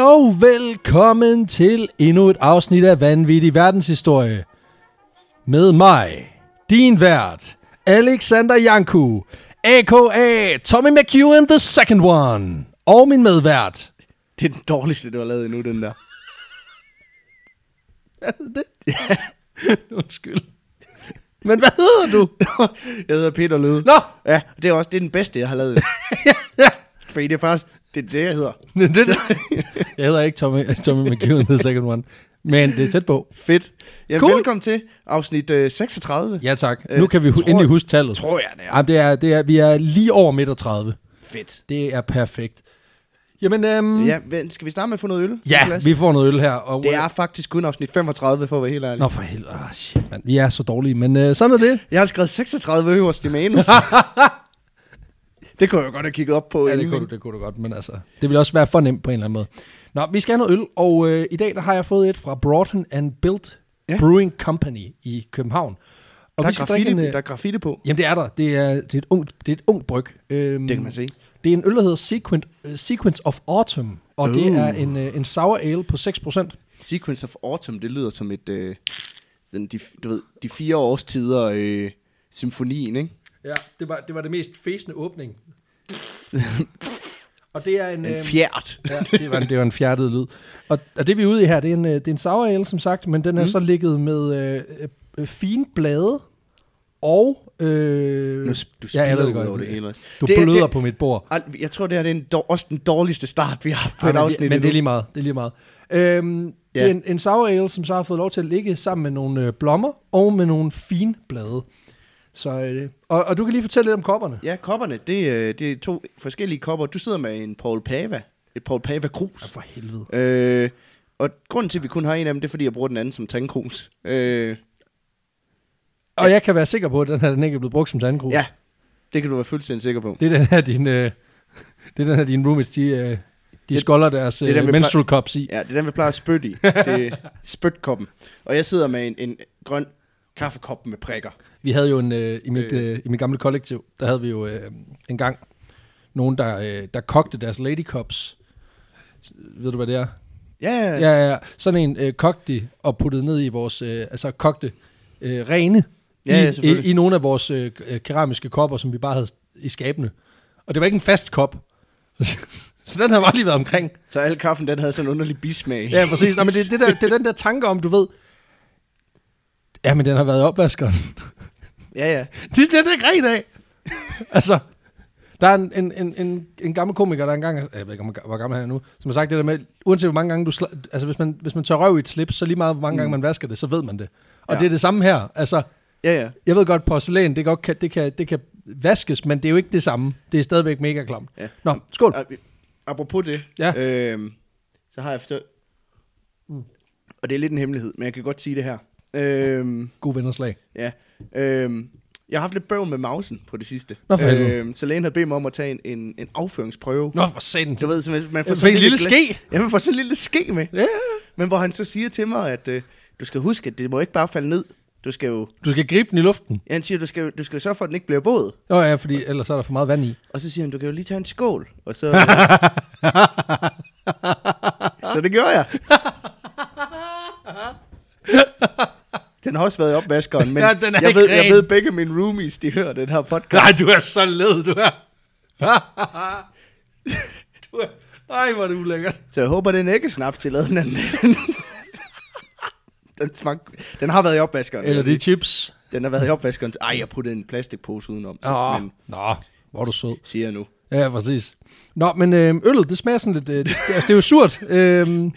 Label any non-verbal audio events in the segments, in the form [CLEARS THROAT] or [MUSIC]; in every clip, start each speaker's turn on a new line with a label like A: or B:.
A: Og velkommen til endnu et afsnit af Vanvittig Verdenshistorie. Med mig, din vært, Alexander Janku, a.k.a. Tommy McEwen the second one. Og min medvært.
B: Det er den dårligste, du har lavet endnu, den der. [LAUGHS]
A: Er det det? Ja. [LAUGHS] Undskyld. Men hvad hedder du?
B: jeg hedder Peter Løde.
A: Nå!
B: Ja, det er også det er den bedste, jeg har
A: [LAUGHS]
B: lavet.
A: ja.
B: Fordi det er faktisk det, er det jeg hedder.
A: Det, det. Jeg hedder ikke Tommy, Tommy McEwen the second one. Men det er tæt på.
B: Fedt. Ja,
A: Cool.
B: cool. Velkommen til afsnit øh, 36.
A: Ja tak.
B: Øh,
A: Nu kan vi hu-
B: tror-
A: endelig huske tallet.
B: Tror jeg, det er.
A: Jamen, det er, det er, vi er lige over midt og 30.
B: Fedt.
A: Det er perfekt. Jamen, øhm, ja,
B: Ja, men skal vi starte med at få noget øl?
A: ja
B: Niklas?
A: vi får noget øl her. Og
B: Det er faktisk kun afsnit 35, for at være helt ærlig.
A: Nå for helvede, ah, shit mand, vi er så dårlige, men øh, sådan er det.
B: Jeg har skrevet 36 øverst
A: [LAUGHS]
B: i manus. det kunne jeg jo godt have kigget op på.
A: Ja, det
B: inden,
A: kunne, du,
B: ikke?
A: det kunne du godt, men altså, det ville også være for nemt på en eller anden måde. Nå, vi skal have noget øl, og øh, i dag der har jeg fået et fra Broughton and Built ja.
B: Ja.
A: Brewing Company i København. Og
B: der,
A: vi
B: er
A: skal
B: graffiti,
A: drikke en,
B: en,
A: øh,
B: der er graffiti på.
A: Jamen det er der, det er, det er et ungt, det er et ungt bryg. Øhm,
B: Det kan man se.
A: Det er en øl, der hedder Sequent, uh, Sequence of Autumn, og uh. det
B: Uh.
A: er en, øh, en sour ale på 6%.
B: Sequence of Autumn, det lyder som et, øh, sådan de, du ved, de fire årstider øh, symfonien, ikke?
A: Ja, det var det, var det mest fæsende [LAUGHS] åbning. og det er en...
B: En
A: øhm,
B: fjert.
A: ja, [LAUGHS] det, var en, det var en fjærtet lyd. Og, og det vi er ude i her, det er en, øh, det er en sour ale, som sagt, men den er mm. så ligget med øh, øh, øh, fine blade og... Øh,
B: Nu, s- du
A: ja, jeg ved det
B: spiller ud over
A: godt.
B: det hele.
A: Du
B: Det-
A: bløder
B: det-
A: på mit bord.
B: Al- Jeg tror, det her det er en, dår- også den dårligste start, vi har haft på
A: Nej,
B: et
A: men, det,
B: afsnit
A: men det er
B: endnu.
A: lige meget. Det er lige meget. Øhm, ja. Det
B: Ja.
A: er en, en sour ale, som så har fået lov til at ligge sammen med nogle øh, blommer og med nogle fine blade. Så, øh, og, og du kan lige fortælle lidt om kopperne.
B: Ja, kopperne, det, øh, det er to forskellige kopper. Du sidder med en Paul Pava, et Paul Pava krus.
A: For helvede.
B: Øh, og grunden til, at vi kun har en af dem, det er, fordi jeg bruger den anden som tandkrus. Øh,
A: Og jeg kan være sikker på, at den her den ikke er blevet brugt som sandgrus.
B: ja, det kan du være fuldstændig sikker på.
A: Det er den her, din, øh, det er den her, dine roommates, de, øh, de
B: Det-
A: skolder deres
B: det er dem,
A: øh,
B: vi
A: menstrual cups i.
B: Ja, det er den, vi plejer at
A: [LAUGHS]
B: spytte i. Det er spytkoppen. Og jeg sidder med en, en grøn kaffekop med prikker.
A: Vi havde jo en, øh, i, mit, øh, i mit gamle kollektiv, der havde vi jo øh, en gang nogen, der, øh, der kogte deres lady cups. Ved du, hvad det er?
B: Ja, ja.
A: Ja, ja, ja. Sådan en øh, kogte de og puttede ned i vores, øh, altså kogte øh, rene
B: Ja, ja,
A: i, i,
B: selvfølgelig.
A: i nogle af vores øh, øh, keramiske kopper, som vi bare havde i skabene. Og det var ikke en fast kop. [LAUGHS] Så den har bare lige været omkring.
B: Så al kaffen, den havde sådan en underlig bismag.
A: Ja, præcis. Nå, men det, er det, der, det er den der tanke om, du ved, ja, men den har været i opvaskeren.
B: ja, ja.
A: Det er det, der gren af. [LAUGHS] altså, der er en, en, en, en, en gammel komiker, der engang, jeg ved ikke, om han- hvor gammel han er nu, som har sagt det der med, uanset hvor mange gange du, sla, altså hvis man, hvis man tør røv i et slips, så lige meget hvor mange mm. gange man vasker det, så ved man det. Og ja.
B: Ja.
A: det er det samme her. Altså,
B: ja, ja.
A: jeg ved godt, porcelæn, det, godt kan, det, kan, det kan vaskes, men det er jo ikke det samme. Det er stadigvæk mega klamt. Ja.
B: Ja.
A: Nå, skål.
B: Og, øh, Apropos det,
A: Ja. Mm.
B: øhm, så har jeg forstået... Og det er lidt en hemmelighed, men jeg kan godt sige det her. Øhm,
A: God vennerslag.
B: ja. Øhm, jeg har haft lidt bøvl med mausen på det sidste. Øhm,
A: Nå, for helvede.
B: så lægen havde bedt mig om at tage en, en, en afføringsprøve.
A: Nå, for satan.
B: Du ved, så man, man får
A: Jeg
B: sådan
A: fik en lille
B: glas-
A: ske.
B: Ja, man får sådan en lille ske med.
A: Ja.
B: Men hvor han så siger til mig, at øh, du skal huske, at det må ikke bare falde ned. Du skal jo...
A: Du skal gribe den i luften.
B: Ja, han siger, du skal, jo- du skal jo sørge for, at den ikke bliver våd.
A: Nå ja, fordi ellers er der for meget vand i.
B: Og så siger han, du kan jo lige tage en skål.
A: [LAUGHS]
B: Og så... Øh... så det gjorde jeg. [LAUGHS] Den har også været i opvaskeren, men
A: Ja, den er
B: jeg,
A: ikke
B: ved, jeg
A: ren.
B: ved begge mine roomies, de hører den her podcast.
A: Nej, du er så led, du [LAUGHS] er. du er... Ej, hvor er det ulækkert.
B: Så jeg håber, den ikke snaps til laden. Den, [LAUGHS] den, smag, den har været i opvaskeren. vil
A: Eller
B: jeg
A: de
B: sige.
A: chips.
B: Den har været i opvaskeren. Ej, jeg puttede en plastikpose udenom. Så,
A: Nå,
B: men
A: nå, hvor er du sød.
B: siger jeg nu.
A: Ja, præcis. Nå, men øhm, øllet, det smager sådan lidt... Øh, det, altså, det er jo [LAUGHS] surt. Øhm,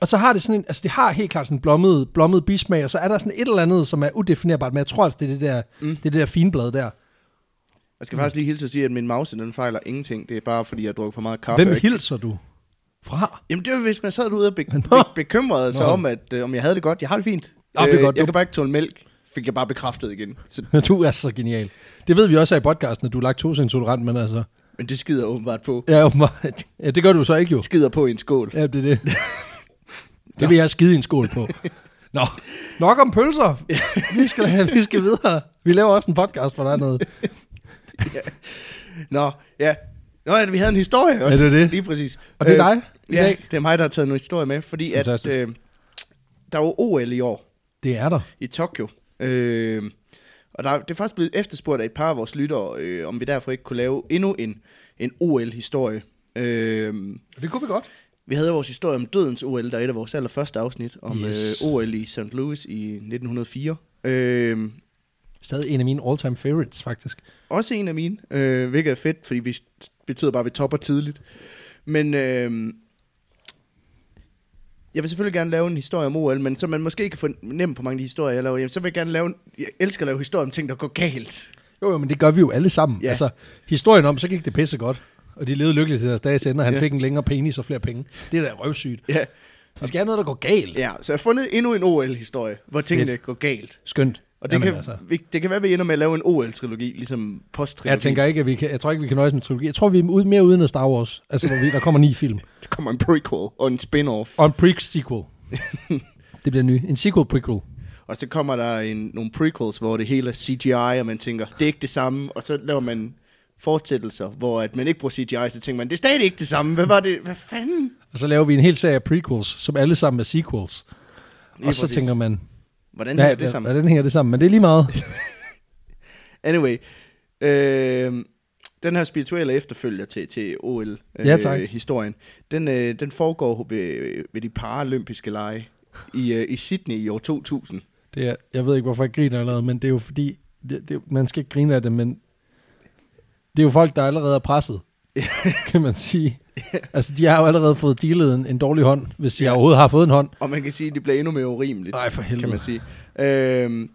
A: og så har det sådan en... Altså, det har helt klart sådan en blommet, blommet bismag, og så er der sådan et eller andet, som er udefinerbart, men jeg tror altså, det er det der, mm. det, er det der finblad der.
B: Jeg skal faktisk lige hilse og sige, at min mouse, den fejler ingenting. Det er bare, fordi jeg har drukket for meget kaffe.
A: Hvem
B: og ikke-
A: hilser du fra? [LAUGHS]
B: Jamen det var, hvis man sad ude og be-
A: Nå.
B: be- bekymrede sig
A: Nå.
B: om, at øh, om jeg havde det godt. Jeg har det fint. Øh,
A: Nå, det er godt.
B: jeg
A: Du-
B: kan bare ikke tåle mælk. Fik jeg bare bekræftet igen. Så,
A: Du er så genial. Det ved vi også her i podcasten, at du er laktoseintolerant, men altså...
B: men det skider jeg åbenbart på.
A: Ja, åbenbart. ja, det gør du så ikke jo.
B: Skider på i en skål.
A: Ja, det er [LAUGHS] det. det vil jeg skide i en skål på. [LAUGHS] Nå, nok om pølser. Vi skal, have, vi skal videre. Vi laver også en podcast, hvor der er noget.
B: Nå, ja. Nå, ja, vi havde en historie også.
A: Ja, det er det.
B: Lige præcis. Øh,
A: Og det er dig i
B: ja,
A: dag?
B: det er mig, der har taget noget historie med, fordi at,
A: Fantastisk.
B: øh, der var OL i år
A: Det er der.
B: i Tokyo. Øh, og der, det er faktisk blevet efterspurgt af et par af vores lyttere, øh, om vi derfor ikke kunne lave endnu en, en OL-historie. Øh,
A: Det kunne vi godt.
B: vi havde jo vores historie om dødens OL, der er et af vores allerførste afsnit, om
A: Yes.
B: yes. øh, OL i St. Louis i 1904. Øh,
A: Stadig en af mine all-time favorites, faktisk.
B: også en af mine, øh, hvilket er fedt, fordi vi betyder bare, at vi topper tidligt. Men øh, jeg vil selvfølgelig gerne lave en historie om OL, men som man måske ikke kan fornemme på mange af de historier, jeg laver, jamen, så vil jeg gerne lave en, jeg elsker at lave historier om ting, der går galt.
A: Jo, jo, men det gør vi jo alle sammen. Ja.
B: Ja.
A: Altså, historien om, så gik det pisse godt. Og de levede lykkeligt til deres dages ende, og han ja.
B: Ja.
A: fik en længere penis og flere penge. Det er da røvsygt.
B: Ja.
A: Vi skal have noget, der går galt. Ja.
B: ja, så jeg har fundet endnu en OL-historie, hvor tingene
A: Fedt.
B: går galt.
A: Skønt.
B: Og det, Jamen, kan, altså. vi, det kan være, at vi ender med at lave en OL-trilogi, ligesom post-trilogi.
A: Jeg tænker ikke, at vi kan, jeg tror ikke, vi kan nøjes med en trilogi. Jeg tror, vi er ud, mere uden af Star Wars. Altså, hvor vi, der kommer ni film.
B: Der kommer en prequel og en spin-off.
A: Og en prequel. [LAUGHS] det bliver ny. En sequel prequel.
B: Og så kommer der en, nogle prequels, hvor det hele er CGI, og man tænker, det er ikke det samme. Og så laver man fortsættelser, hvor at man ikke bruger CGI, så tænker man, det er stadig ikke det samme. Hvad var det? Hvad fanden?
A: Og så laver vi en hel serie af prequels, som alle sammen er sequels.
B: Lige
A: og så
B: præcis.
A: tænker man,
B: Hvordan
A: hvad,
B: ja,
A: hvad,
B: det sammen?
A: hvordan hænger det sammen? Men det er lige meget.
B: Anyway, øh, den her spirituelle efterfølger til, til
A: Ja, tak.
B: OL-historien, øh, historien, den, øh, den foregår ved, ved de paralympiske lege i, øh, i Sydney i år 2000.
A: Det er, jeg ved ikke, hvorfor jeg griner allerede, men det er jo fordi, det, det, man skal ikke grine af det, men det er jo folk, der allerede er
B: [LAUGHS]
A: presset, kan man sige. Altså, de har jo allerede fået dealet en, en dårlig hånd, hvis de
B: Ja.
A: overhovedet har fået en hånd.
B: Og man kan sige, at det bliver endnu mere urimeligt.
A: Nej, for helvede.
B: kan man sige. Øhm,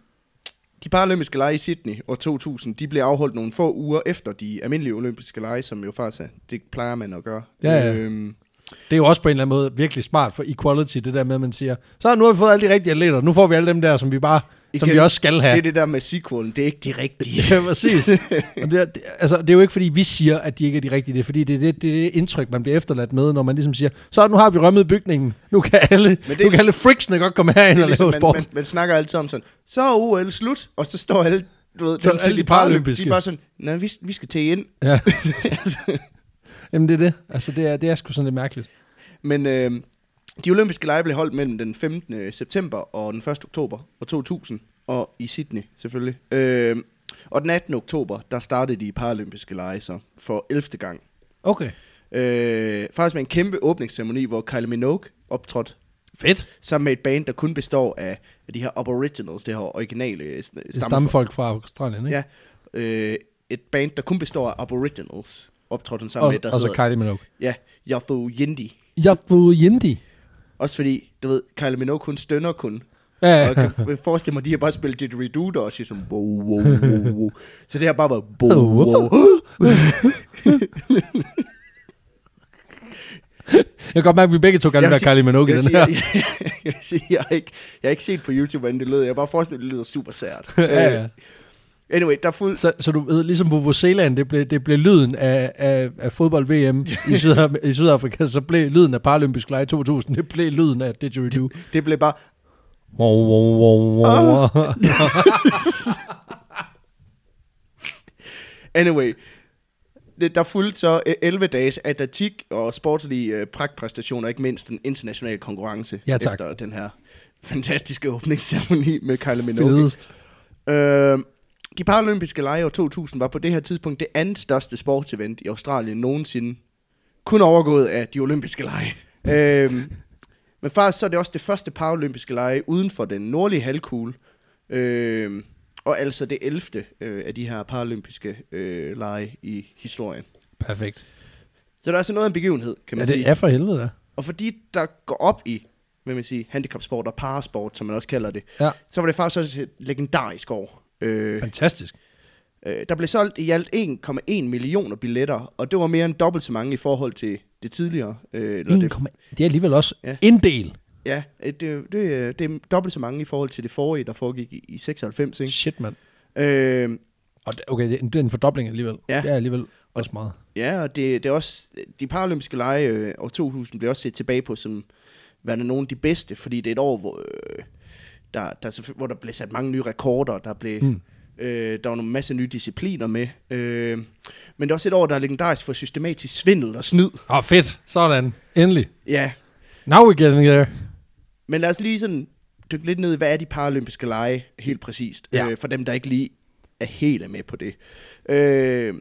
B: de paralympiske lege i Sydney år 2000, de blev afholdt nogle få uger efter de almindelige olympiske lege, som jo faktisk er, det plejer man at gøre.
A: Ja, ja.
B: Øhm,
A: Det er jo også på en eller anden måde virkelig smart for equality, det der med, at man siger, så nu har vi fået alle de rigtige atleter, nu får vi alle dem der, som vi bare, som
B: Igen,
A: vi også skal
B: ja.
A: have.
B: Det er det der med sequelen, det er ikke de
A: [LAUGHS]
B: rigtige.
A: Ja, præcis. Og det, er- det, altså, det er jo ikke, fordi vi siger, at de ikke er de rigtige. Det er, fordi det er det, det, er det indtryk, man bliver efterladt med, når man ligesom siger, så nu har vi rømmet bygningen. Nu kan alle,
B: Men
A: det,
B: det-
A: nu kan alle friksene godt komme herind
B: det er
A: og lave
B: ligesom, man,
A: sport.
B: man, man snakker altid om sådan, så er OL slut, og så står alle, du ved,
A: Så
B: dem til
A: alle de paralympiske.
B: De er bare sådan, nej, vi, vi skal til ind.
A: Ja. [LAUGHS] Jamen, det er det. Altså, det er, det er sgu sådan lidt mærkeligt.
B: Men øh, de olympiske lege blev holdt mellem den 15. september og den 1. oktober og 2000, og i Sydney selvfølgelig. Øh, og den 18. oktober, der startede de paralympiske lege så for 11. gang.
A: Okay.
B: Øh, faktisk med en kæmpe åbningsceremoni, hvor Kylie Minogue optrådte
A: Fedt.
B: sammen med et band, der kun består af de her aboriginals, det her originale øh, sn-
A: Det er
B: stammefolk.
A: stammefolk fra Australien, ikke?
B: Ja, øh, et band, der kun består af aboriginals, optrådte hun sammen
A: og,
B: med, der
A: og så
B: hedder,
A: Kylie Minogue.
B: ja, Yothu Yindi.
A: Jeg boede Yindi.
B: Også fordi, du ved, Kylie Minogue kun stønner kun.
A: Ja,
B: Ja.
A: ja.
B: Og jeg kan forestille mig, at de har bare spillet didgeridoo der og siger sådan, wow, wow, wow, wow. Så det har bare været, wow,
A: Oh, [LAUGHS] wow.
B: wow.
A: Jeg kan godt mærke, at vi begge to gerne vil
B: vil
A: være
B: sige-
A: Kylie Minogue i
B: jeg
A: den
B: siger-
A: her.
B: Jeg, [LAUGHS] jeg, vil sige, jeg, har ikke, jeg har ikke set på YouTube, hvordan det lyder. Jeg har bare forestillet, at det lyder super sært.
A: [LAUGHS] Ja, ja.
B: Øh, Anyway, der er fuld...
A: Så, så du ved, ligesom Vuvuzelaen, det blev, det blev lyden af, af, af
B: [LAUGHS]
A: fodbold-VM i, Sydaf- i Sydafrika, så blev lyden af Paralympisk Lege 2000, det blev lyden af Didgeridoo.
B: Det blev bare...
A: Wow, wow, wow, wow.
B: [LAUGHS] Anyway, det- der fulgte så øh, 11 dages atletik og sportslige øh, pragtpræstationer, ikke mindst den internationale konkurrence
A: Ja, tak.
B: efter den her fantastiske åbningsceremoni med Kylie Minogue.
A: Fedest.
B: Øh, de paralympiske lege i år 2000 var på det her tidspunkt det andet største sportsevent i Australien nogensinde. Kun overgået af de olympiske
A: [LAUGHS]
B: lege. øh, men faktisk så er det også det første paralympiske lege uden for den nordlige halvkugle. Øh, og altså det 11. Øh, af de her paralympiske øh, lege i historien.
A: Perfekt.
B: Så der er altså noget af en begivenhed, kan
A: Ja,
B: man
A: det
B: sige.
A: er for helvede da.
B: Og for de, der går op i hvad man siger, handicapsport og parasport, som man også kalder det,
A: Ja.
B: så var det faktisk også et legendarisk år. Øh,
A: Fantastisk.
B: Øh, der blev solgt i alt 1,1 millioner billetter, og det var mere end dobbelt så mange i forhold til det tidligere. Øh, eller det,
A: 1,1. Det er alligevel også
B: Ja.
A: en del.
B: ja, øh, det, det, øh, det er dobbelt så mange i forhold til det forrige, der foregik i, i 96. Ikke?
A: Shit, mand.
B: Øh,
A: Og det- okay, det det er en fordobling alligevel.
B: Ja.
A: Det er alligevel også meget.
B: ja, og det, det er også, de paralympiske lege øh, år 2000 blev også set tilbage på som værende nogle af de bedste, fordi det er et år, hvor, øh, der, der, selvfø- hvor der blev sat mange nye rekorder, der blev...
A: Mm.
B: Mm. Øh, der var nogle masse nye discipliner med. Øh, men det er også et år, der er legendarisk for systematisk svindel og snyd.
A: Åh, oh, fedt. Sådan. Endelig.
B: Ja,
A: Now we're getting there.
B: men lad os lige sådan dykke lidt ned i, hvad er de paralympiske lege helt præcist,
A: Ja.
B: ja. øh, for dem, der ikke lige er helt er med på det. Øh,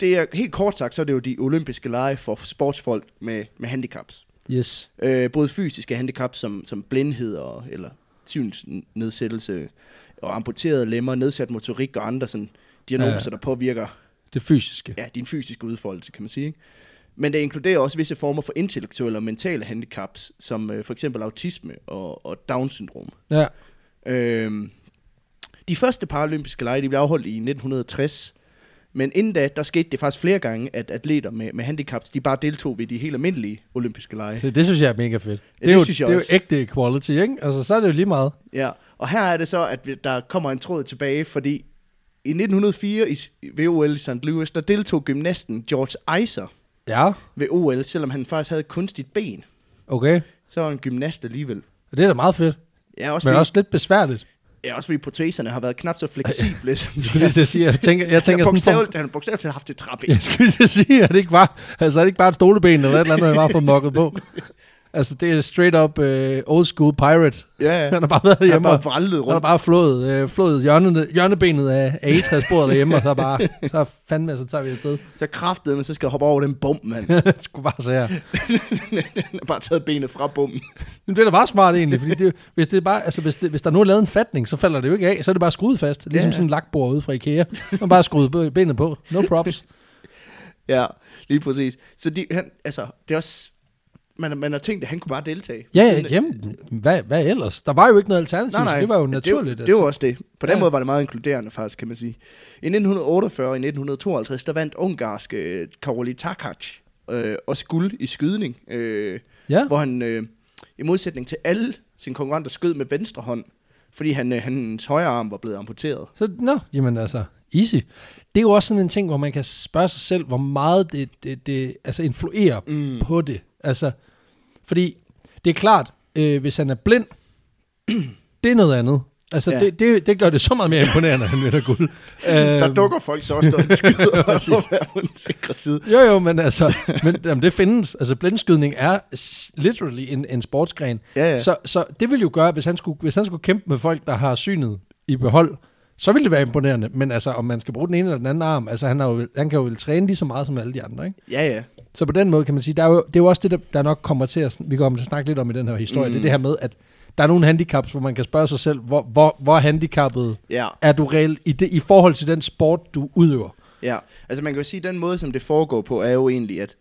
B: det er helt kort sagt, så er det jo de olympiske lege for sportsfolk med, med handicaps.
A: Yes.
B: Øh, både fysiske handicap som, som blindhed og, eller synsnedsættelse og amputerede lemmer, nedsat motorik og andre sådan, diagnoser,
A: Ja.
B: ja. der påvirker
A: Det fysiske.
B: ja, din fysiske udfoldelse, kan man sige. Ikke? Men det inkluderer også visse former for intellektuelle og mentale handicaps, som øh, for eksempel autisme og, og Down-syndrom.
A: Ja.
B: Øhm, de første paralympiske lege de blev afholdt i 1960, men inden da, der skete det faktisk flere gange, at atleter med, med handicaps, de bare deltog ved de helt almindelige olympiske lege.
A: Det, det synes jeg er mega fedt. Det,
B: det
A: er jo,
B: synes jeg
A: det er
B: også.
A: jo ægte equality, ikke? Altså, så er det jo lige meget.
B: Ja, og her er det så, at vi- der kommer en tråd tilbage, fordi i 1904 i s- ved OL i St. Louis, der deltog gymnasten George Iser
A: Ja.
B: ved OL, selvom han faktisk havde et kunstigt ben.
A: Okay.
B: Så var han gymnast alligevel.
A: Det er da meget fedt.
B: Ja, også,
A: Men
B: fordi,
A: også lidt besværligt.
B: ja, også fordi proteserne har været knap så
A: [LAUGHS]
B: fleksible. som
A: Jeg skulle lige til at sige, jeg tænker,
B: [LAUGHS]
A: jeg
B: han
A: tænker sådan
B: har
A: for,
B: bogstaveligt, han har bogstaveligt talt haft et træben.
A: [LAUGHS] Jeg skulle lige til at sige, at det ikke var, altså, er det ikke bare et stoleben eller et eller andet, jeg bare har fået mokket
B: [LAUGHS]
A: på. Altså, det er straight up øh, old school pirate.
B: Ja, ja.
A: Han har bare været
B: Han har
A: hjemme
B: bare
A: og
B: vrallet
A: han har
B: rundt.
A: bare flået, øh, flået hjørnene, hjørnebenet af, af egetræsbordet derhjemme, og så bare, så fandme, så tager vi afsted. [LAUGHS]
B: Så kraftede, men så skal jeg hoppe over den bum, mand. [LAUGHS]
A: Det skulle bare så her.
B: han har bare taget benet fra bummen.
A: Men det er da meget smart egentlig, fordi det, [LAUGHS] hvis, det er bare, altså, hvis, det, hvis der nu er lavet en fatning, så falder det jo ikke af, så er det bare skruet fast, ligesom
B: Ja.
A: sådan en lakbord ude fra Ikea. Man bare skruet benet på. No
B: [LAUGHS]
A: props.
B: Ja, lige præcis. Så de, han, altså, det er også... Man, man har tænkt, at han kunne bare deltage.
A: Ja,
B: Sådan,
A: ja, jamen, hvad, hvad ellers? Der var jo ikke noget alternativ, så det var jo naturligt.
B: Det, var- det
A: altså.
B: var også det. På den
A: Ja.
B: ja. måde var det meget inkluderende faktisk, kan man sige. I 1948 og i 1952, der vandt ungarske øh, Karoli Takac øh, og skuld i skydning, øh,
A: altså. Ja.
B: hvor han øh, i modsætning til alle sine konkurrenter skød med venstre hånd, fordi han, øh, hans højre arm var blevet amputeret.
A: Så, nå, jamen altså, easy. Det er jo også sådan en ting, hvor man kan spørge sig selv, hvor meget det, det, det altså influerer mm. på det. Altså, fordi det er klart, øh, hvis han er blind, [CLEARS THROAT] det er noget andet. Altså, ja.
B: Ja.
A: det, det, det gør det så meget mere imponerende, at han vinder [LAUGHS] guld.
B: Der
A: Øh,
B: dukker folk så også, når han [LAUGHS] skyder
A: Præcis.
B: Øhm. på hver den sikre side.
A: jo, jo, men altså, men, jamen, det findes. Altså, blindskydning er s- literally en, en sportsgren.
B: Ja, ja.
A: Så, så det ville jo gøre, hvis han, skulle, hvis han skulle kæmpe med folk, der har synet i behold, så ville det være imponerende. Men altså, om man skal bruge den ene eller den anden arm, altså han, har jo, han kan jo vel træne lige så meget som alle de andre, ikke?
B: Ja, ja.
A: Så på den måde kan man sige, der er jo, det er jo også det, der, der nok kommer til at, vi kommer til at snakke lidt om i den her historie, mm. det er det her med, at der er nogle handicaps, hvor man kan spørge sig selv, hvor, hvor, hvor handicappet
B: Ja.
A: er du reelt i, det, i forhold til den sport, du udøver?
B: Ja, altså man kan jo sige, at den måde, som det foregår på, er jo egentlig, at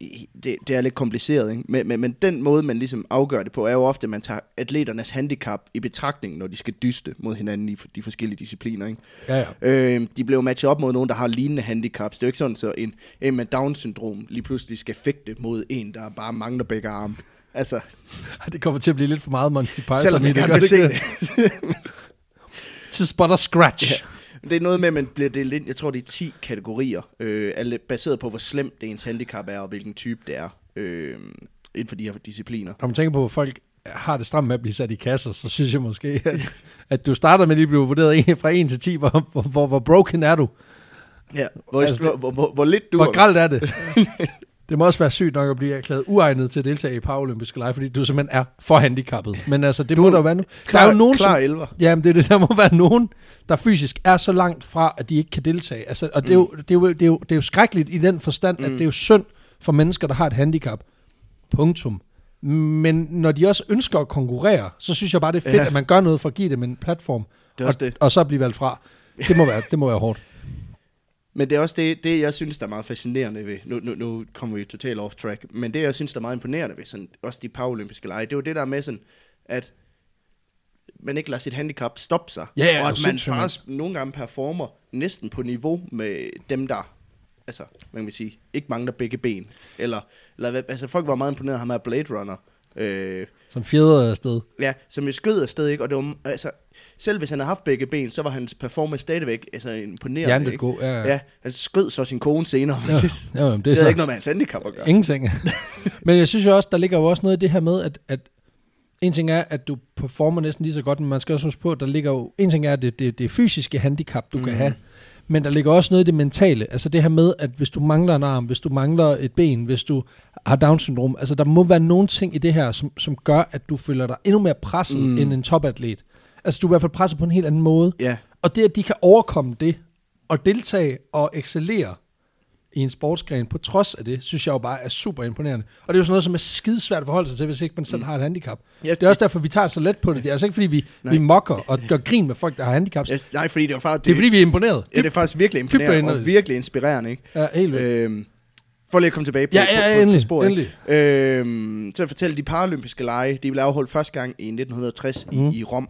B: i- det, det er lidt kompliceret, ikke? Men, men, men den måde, man ligesom afgør det på, er jo ofte, at man tager atleternes handicap i betragtning, når de skal dyste mod hinanden i for- de forskellige discipliner. Ikke?
A: Ja, ja.
B: Øh, de bliver jo matchet op mod nogen, der har lignende handicaps. Det er jo ikke sådan, så en, en med Down-syndrom lige pludselig skal fægte mod en, der bare mangler begge arme. Altså,
A: [LAUGHS] Det kommer til at blive lidt for meget Monty Python.
B: selvom
A: i
B: jeg
A: det,
B: gerne
A: gør
B: vil
A: det
B: se
A: ikke
B: det.
A: Til spot og scratch.
B: Men Det er noget med, at man bliver delt ind, jeg tror det er 10 kategorier, øh, alle baseret på, hvor slemt det ens handicap er, og hvilken type det er, øh, inden for de her discipliner.
A: Når man tænker på, hvor folk har det stramt med at blive sat i kasser, så synes jeg måske, at, at du starter med lige at blive vurderet en- fra 1 til 10, hvor, hvor, hvor, hvor broken er du?
B: Ja, hvor,
A: Altså,
B: altså, hvor, hvor, hvor, hvor lidt du
A: Hvor gralt er
B: [LAUGHS]
A: det? Det må også være sygt nok at blive erklæret uegnet til at deltage i paralympiske lege, fordi du simpelthen er for handicappet. Men altså, det du, må der jo være nu. der er jo nogen,
B: klar
A: som,
B: elver.
A: Jamen, det er det. [LAUGHS] Der må være nogen, der fysisk er så langt fra, at de ikke kan deltage. Altså, og det er, jo,
B: Mm.
A: det, er jo, det, er jo, det er jo skrækkeligt i den forstand, mm. at det er jo synd for mennesker, der har et handicap. Punktum. Men når de også ønsker at konkurrere, så synes jeg bare, det er fedt, ja.
B: Ja.
A: at man gør noget for at give dem en platform.
B: Det er
A: og,
B: også det.
A: og så blive valgt fra. Det må være, det må være hårdt.
B: Men det er også det, det, jeg synes, der er meget fascinerende ved, nu, nu, nu kommer vi totalt off track, men det, jeg synes, der er meget imponerende ved, sådan, også de paralympiske lege, det er jo det der med sådan, at man ikke lader sit handicap stoppe sig,
A: Ja, ja,
B: og
A: det
B: at
A: er
B: man
A: sindssygt,
B: faktisk nogle gange performer næsten på niveau med dem, der altså, hvad kan man sige, ikke mangler begge ben. Eller, eller hvad- altså, folk var meget imponeret af ham af Blade Runner. Øh,
A: Som fjeder afsted.
B: Ja, som jeg skød afsted, ikke? Og det var, altså, selv hvis han havde haft begge ben, så var hans performance stadigvæk altså, imponerende.
A: Hjernet
B: ikke?
A: god, ja, ja.
B: ja. han skød så sin kone senere. Ja, det, det,
A: Ja, jamen, det er
B: det
A: så.
B: havde ikke noget med hans handicap at gøre.
A: Ingenting. Men jeg synes jo også, der ligger jo også noget i det her med, at, at en ting er, at du performer næsten lige så godt, men man skal også huske på, at der ligger jo, en ting er det, det, det fysiske handicap, du mm. kan
B: Mhm.
A: have, men der ligger også noget i det mentale. Altså det her med, at hvis du mangler en arm, hvis du mangler et ben, hvis du har Down-syndrom, altså der må være nogle ting i det her, som, som gør, at du føler dig endnu mere presset mm.
B: Mm.
A: end en topatlet. Altså du er i hvert fald presset på en helt anden måde.
B: Ja.
A: Og det, at de kan overkomme det, og deltage og excellere i en sportsgren, på trods af det, synes jeg jo bare er super imponerende. Og det er jo sådan noget, som er skidesvært at forholde sig til, hvis ikke man selv mm. har et handicap.
B: Jeg,
A: Det er også derfor, vi tager så let på det. Det er altså ikke, fordi vi, vi mokker og gør grin med folk, der har handicaps.
B: jeg, nej, fordi det var faktisk...
A: Det er, fordi vi er imponeret.
B: Ja, det er faktisk virkelig
A: dybt
B: imponerende
A: indholdet.
B: og virkelig inspirerende, ikke?
A: Ja, helt vildt.
B: Øhm, for lige at komme tilbage på,
A: Ja, ja,
B: på, på,
A: endelig,
B: på sporet.
A: endelig.
B: ikke? Øhm, så at fortælle, de paralympiske lege, de blev afholdt første gang i 1960
A: Mhm.
B: mm. i, i Rom.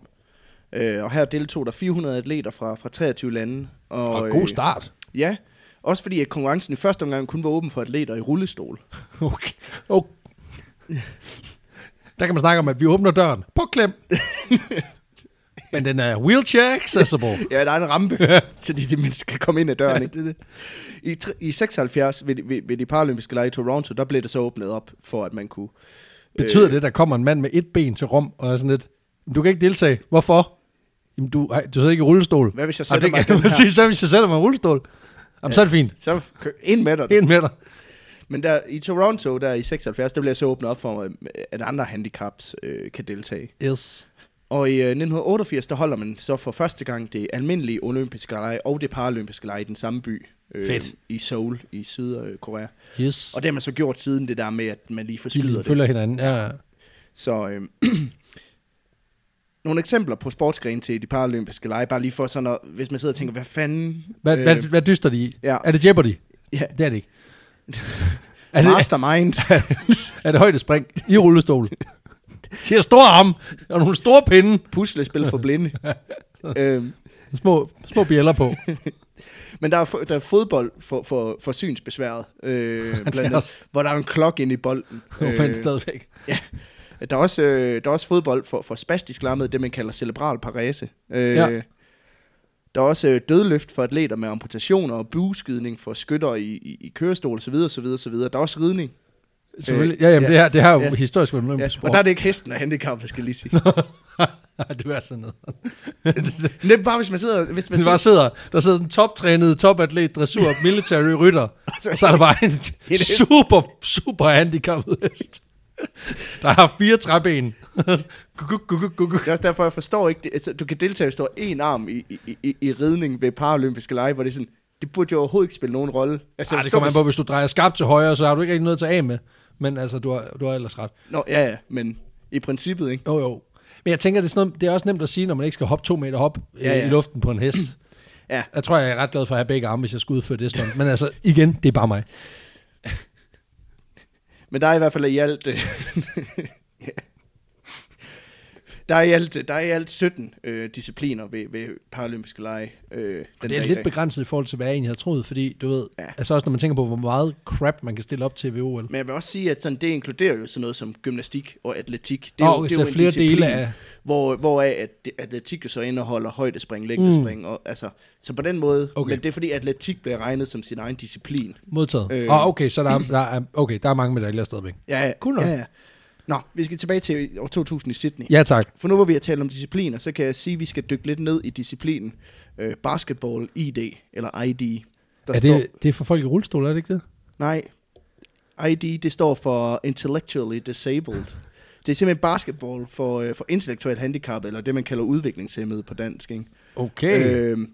B: Øh, og her deltog der 400 atleter fra, fra 23 lande. Og,
A: Og god start.
B: Øh, ja, også fordi at konkurrencen i første omgang kun var åben for atleter i rullestol.
A: Okay. okay. Der kan man snakke om, at vi åbner døren på
B: [LAUGHS]
A: klem. Men den er wheelchair accessible.
B: Ja, der er en rampe, så de, de mindste kan komme ind ad døren. Ikke?
A: det er det.
B: I, tre- I 76 ved, de- ved, ved de paralympiske lege i Toronto, der blev det så åbnet op for, at man kunne...
A: Betyder det, at der kommer en mand med et ben til Rom, og er sådan lidt, "Men du kan ikke deltage. Hvorfor? Jamen, du, ej, du sidder ikke i rullestol.
B: Hvad hvis jeg
A: Jamen,
B: sætter mig i
A: det kan
B: den her?
A: præcis, hvad hvis jeg sætter mig i rullestol? Jamen, så er det fint.
B: Så kø- ind med dig.
A: Ind med dig.
B: Men der, i Toronto, der i 76, der blev jeg så åbnet op for, at andre handicaps øh, kan deltage.
A: Yes.
B: Og i øh, 1988, der holder man så for første gang det almindelige olympiske lege og det paralympiske lege i den samme by. Øh,
A: Fedt.
B: I Seoul i Sydkorea.
A: Yes.
B: Og det har man så gjort siden det der med, at man lige forskyder
A: De
B: det.
A: følger hinanden. Ja.
B: Så øh, [CLEARS THROAT] nogle eksempler på sportsgrene til de paralympiske lege, bare lige for sådan at, hvis man sidder og tænker, hvad fanden?
A: Hvad,
B: øh,
A: øh, hvad, hvad dyster de i?
B: ja.
A: Er det Jeopardy?
B: ja,
A: Det er det ikke.
B: [LAUGHS]
A: Er det,
B: mastermind.
A: [LAUGHS] er det højdespring i rullestol? De har store arme og nogle store pinde.
B: Puslespil for blinde.
A: [LAUGHS]
B: øhm,
A: Små, små bjæller
B: [LAUGHS]
A: på.
B: Men der er, fo- der er fodbold for, for, for synsbesværet,
A: [LAUGHS]
B: øh, blandt
A: også.
B: andet, hvor der er en klok ind i bolden.
A: Øh. Men stadigvæk.
B: der, er også, øh, der er også fodbold for, for spastisk lammede, det man kalder cerebral parese. Øh,
A: Ja.
B: Der er også øh, dødløft for atleter med amputationer og bueskydning for skytter i, i, i kørestol osv. osv., osv. Der er også ridning.
A: Selvfølgelig. Ja, jamen,
B: ja,
A: det her, det her er jo
B: ja.
A: historisk været med
B: Ja.
A: ja.
B: Og
A: sport. [LAUGHS]
B: der er det ikke hesten og handicappet, skal jeg lige sige.
A: det er sådan noget.
B: [LAUGHS] Næ, bare hvis man sidder... Hvis man
A: Men
B: sidder
A: bare sidder, der sidder sådan en toptrænet, topatlet, dressur, military
B: [LAUGHS]
A: rytter, og så er der bare en
B: hest.
A: super, super handicappet hest. Der har fire
B: [LAUGHS]
A: træben. Guk, guk, guk, guk, guk.
B: det er også derfor, jeg forstår ikke... Det. Altså, du kan deltage, hvis du har en arm i, i, i, i ridning ved paralympiske lege, hvor det er sådan... Det burde jo overhovedet ikke spille nogen rolle. Altså,
A: Ej, det
B: forstå,
A: kommer an
B: hvis-
A: på, hvis du drejer skarpt til højre, så har du ikke rigtig noget at tage af med. Men altså, du har, du har ellers ret.
B: Nå, ja, ja, men i princippet, ikke?
A: Jo, jo. Men jeg tænker, det er, sådan noget, det er også nemt at sige, når man ikke skal hoppe to meter hop ja,
B: Ja,
A: ja.
B: ja.
A: i luften på en hest.
B: [CLEARS THROAT] Ja.
A: Jeg tror, jeg er ret glad for at have begge arme, hvis jeg skulle udføre det stunt. Men altså, igen, det er bare mig.
B: Men der er i hvert fald i alt... Øh, [LAUGHS] ja. der, er i alt øh, der er i alt 17 øh, discipliner ved, ved paralympiske lege. Øh, den
A: Og det er
B: dag i
A: lidt
B: dag.
A: begrænset i forhold til, hvad jeg egentlig havde troet, fordi du ved, ja.
B: Ja.
A: altså også når man tænker på, hvor meget crap man kan stille op til ved OL.
B: Men jeg vil også sige, at sådan, det inkluderer jo sådan noget som gymnastik og atletik.
A: Åh, okay, så
B: en
A: flere dele
B: disciplin,
A: af-
B: Hvor, hvoraf at det- atletik jo så indeholder højdespring, længdespring. Mm. Og, altså, så på den måde...
A: Okay.
B: Okay. Men det er fordi, atletik bliver regnet som sin egen disciplin.
A: Modtaget. Øh.
B: Øh.
A: Og okay, så der er, der er, okay, der er mange medaljer stadigvæk.
B: Ja, ja.
A: Cool nok.
B: ja, ja. Nå, vi skal tilbage til år 2000 i Sydney.
A: Ja tak.
B: For nu hvor vi har talt om discipliner, så kan jeg sige, at vi skal dykke lidt ned i disciplinen øh, basketball ID, eller ID. Der
A: Er det, det er for folk i rullestol, er det ikke det?
B: Nej, ID det står for Intellectually Disabled. Det er simpelthen basketball for, øh, for intellektuelt handicap, eller det man kalder udviklingshemmede på dansk. Ikke?
A: Okay. Øh.
B: Øhm,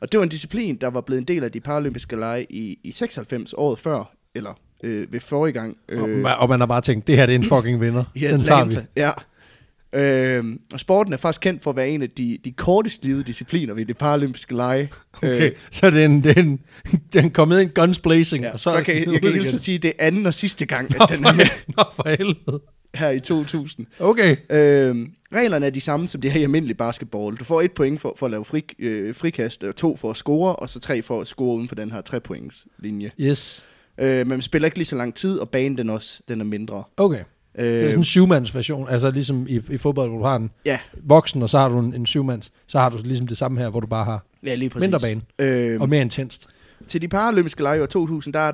B: og det var en disciplin, der var blevet en del af de paralympiske lege i, i 96 året før, eller øh, ved forrige gang. Øh,
A: Og, man- og man har bare tænkt, det her det er en fucking vinder. Den tager vi.
B: Ja. Øhm, og sporten er faktisk kendt for at være en af de, de kortest livede discipliner ved det paralympiske lege. Øh,
A: Okay, så det er en, det er en, [LAUGHS] den kom med en guns blazing.
B: ja.
A: og
B: så,
A: er [LAUGHS]
B: så kan
A: den
B: jeg,
A: ud
B: jeg kan
A: igen.
B: hilse at sige, at det er anden og sidste gang,
A: Nå,
B: at den
A: for,
B: er med
A: [LAUGHS] Nå, for helvede.
B: her i 2000.
A: Okay.
B: Øhm, reglerne er de samme som det her i almindelig basketball. Du får et point for, for at lave fri, øh, frikast, og to for at score, og så tre for at score uden for den her tre points linje.
A: Yes.
B: Øh, men man spiller ikke lige så lang tid, og banen den, også, den er mindre.
A: Okay. Så det er
B: Øh,
A: sådan en syvmands version, altså ligesom i, i fodbold, hvor du har en
B: ja,
A: voksen, og så har du en, en syvmands, så har du ligesom det samme her, hvor du bare har
B: ja, lige præcis.
A: mindre bane,
B: Øhm,
A: og mere
B: [LAUGHS]
A: intenst.
B: Til de paralympiske lege i år 2000, der er,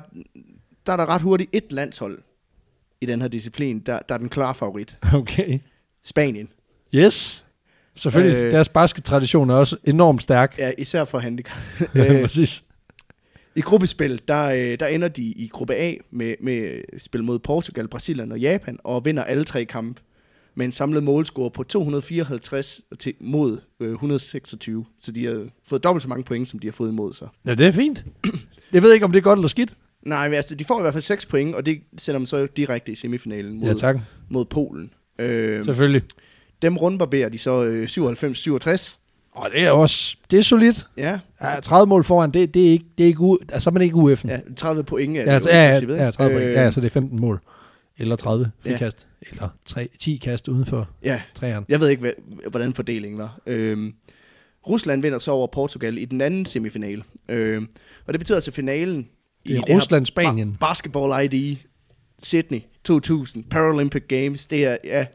B: der er der ret hurtigt et landshold i den her disciplin, der, der er den klare favorit.
A: Okay.
B: Spanien.
A: Yes. Selvfølgelig. Øh,
B: Øh.
A: Deres basket-tradition er også enormt stærk.
B: Ja, især for
A: [LAUGHS]
B: handicap.
A: Ja,
B: øh,
A: præcis.
B: I gruppespil, der, øh, der ender de i gruppe A med, med spil mod Portugal, Brasilien og Japan, og vinder alle tre kampe med en samlet målscore på 254 til, mod øh, 126. Så de har fået dobbelt så mange point, som de har fået imod sig.
A: Ja, det er fint. Jeg ved ikke, om det er godt eller skidt.
B: Nej, men altså, de får i hvert fald 6 point, og det sender dem så direkte i semifinalen mod,
A: Ja, tak.
B: mod Polen. Øh,
A: Selvfølgelig.
B: dem rundbarberer de så øh, 97-67.
A: Og det er også... Det er solidt.
B: Ja,
A: Ja, 30 mål foran, det, det er ikke... Det er ikke u, altså, så er man ikke UF'en.
B: ja, 30 point er
A: Ja,
B: det
A: altså,
B: jo i
A: ja,
B: princippet,
A: ja,
B: ikke?
A: ja, 30 point.
B: Øh,
A: Ja, så det er 15 mål. Eller 30
B: Ja.
A: frikast. Ja. Eller 3, 10 kast uden for
B: Øh, ja,
A: træerne.
B: Jeg ved ikke, hvad, hvordan fordelingen var. Øhm, Rusland vinder så over Portugal i den anden semifinale. Øhm, og det betyder altså finalen
A: Det er
B: her
A: Rusland-Spanien.
B: Ba- basketball ID, Sydney 2000, Paralympic Games. Det er ja,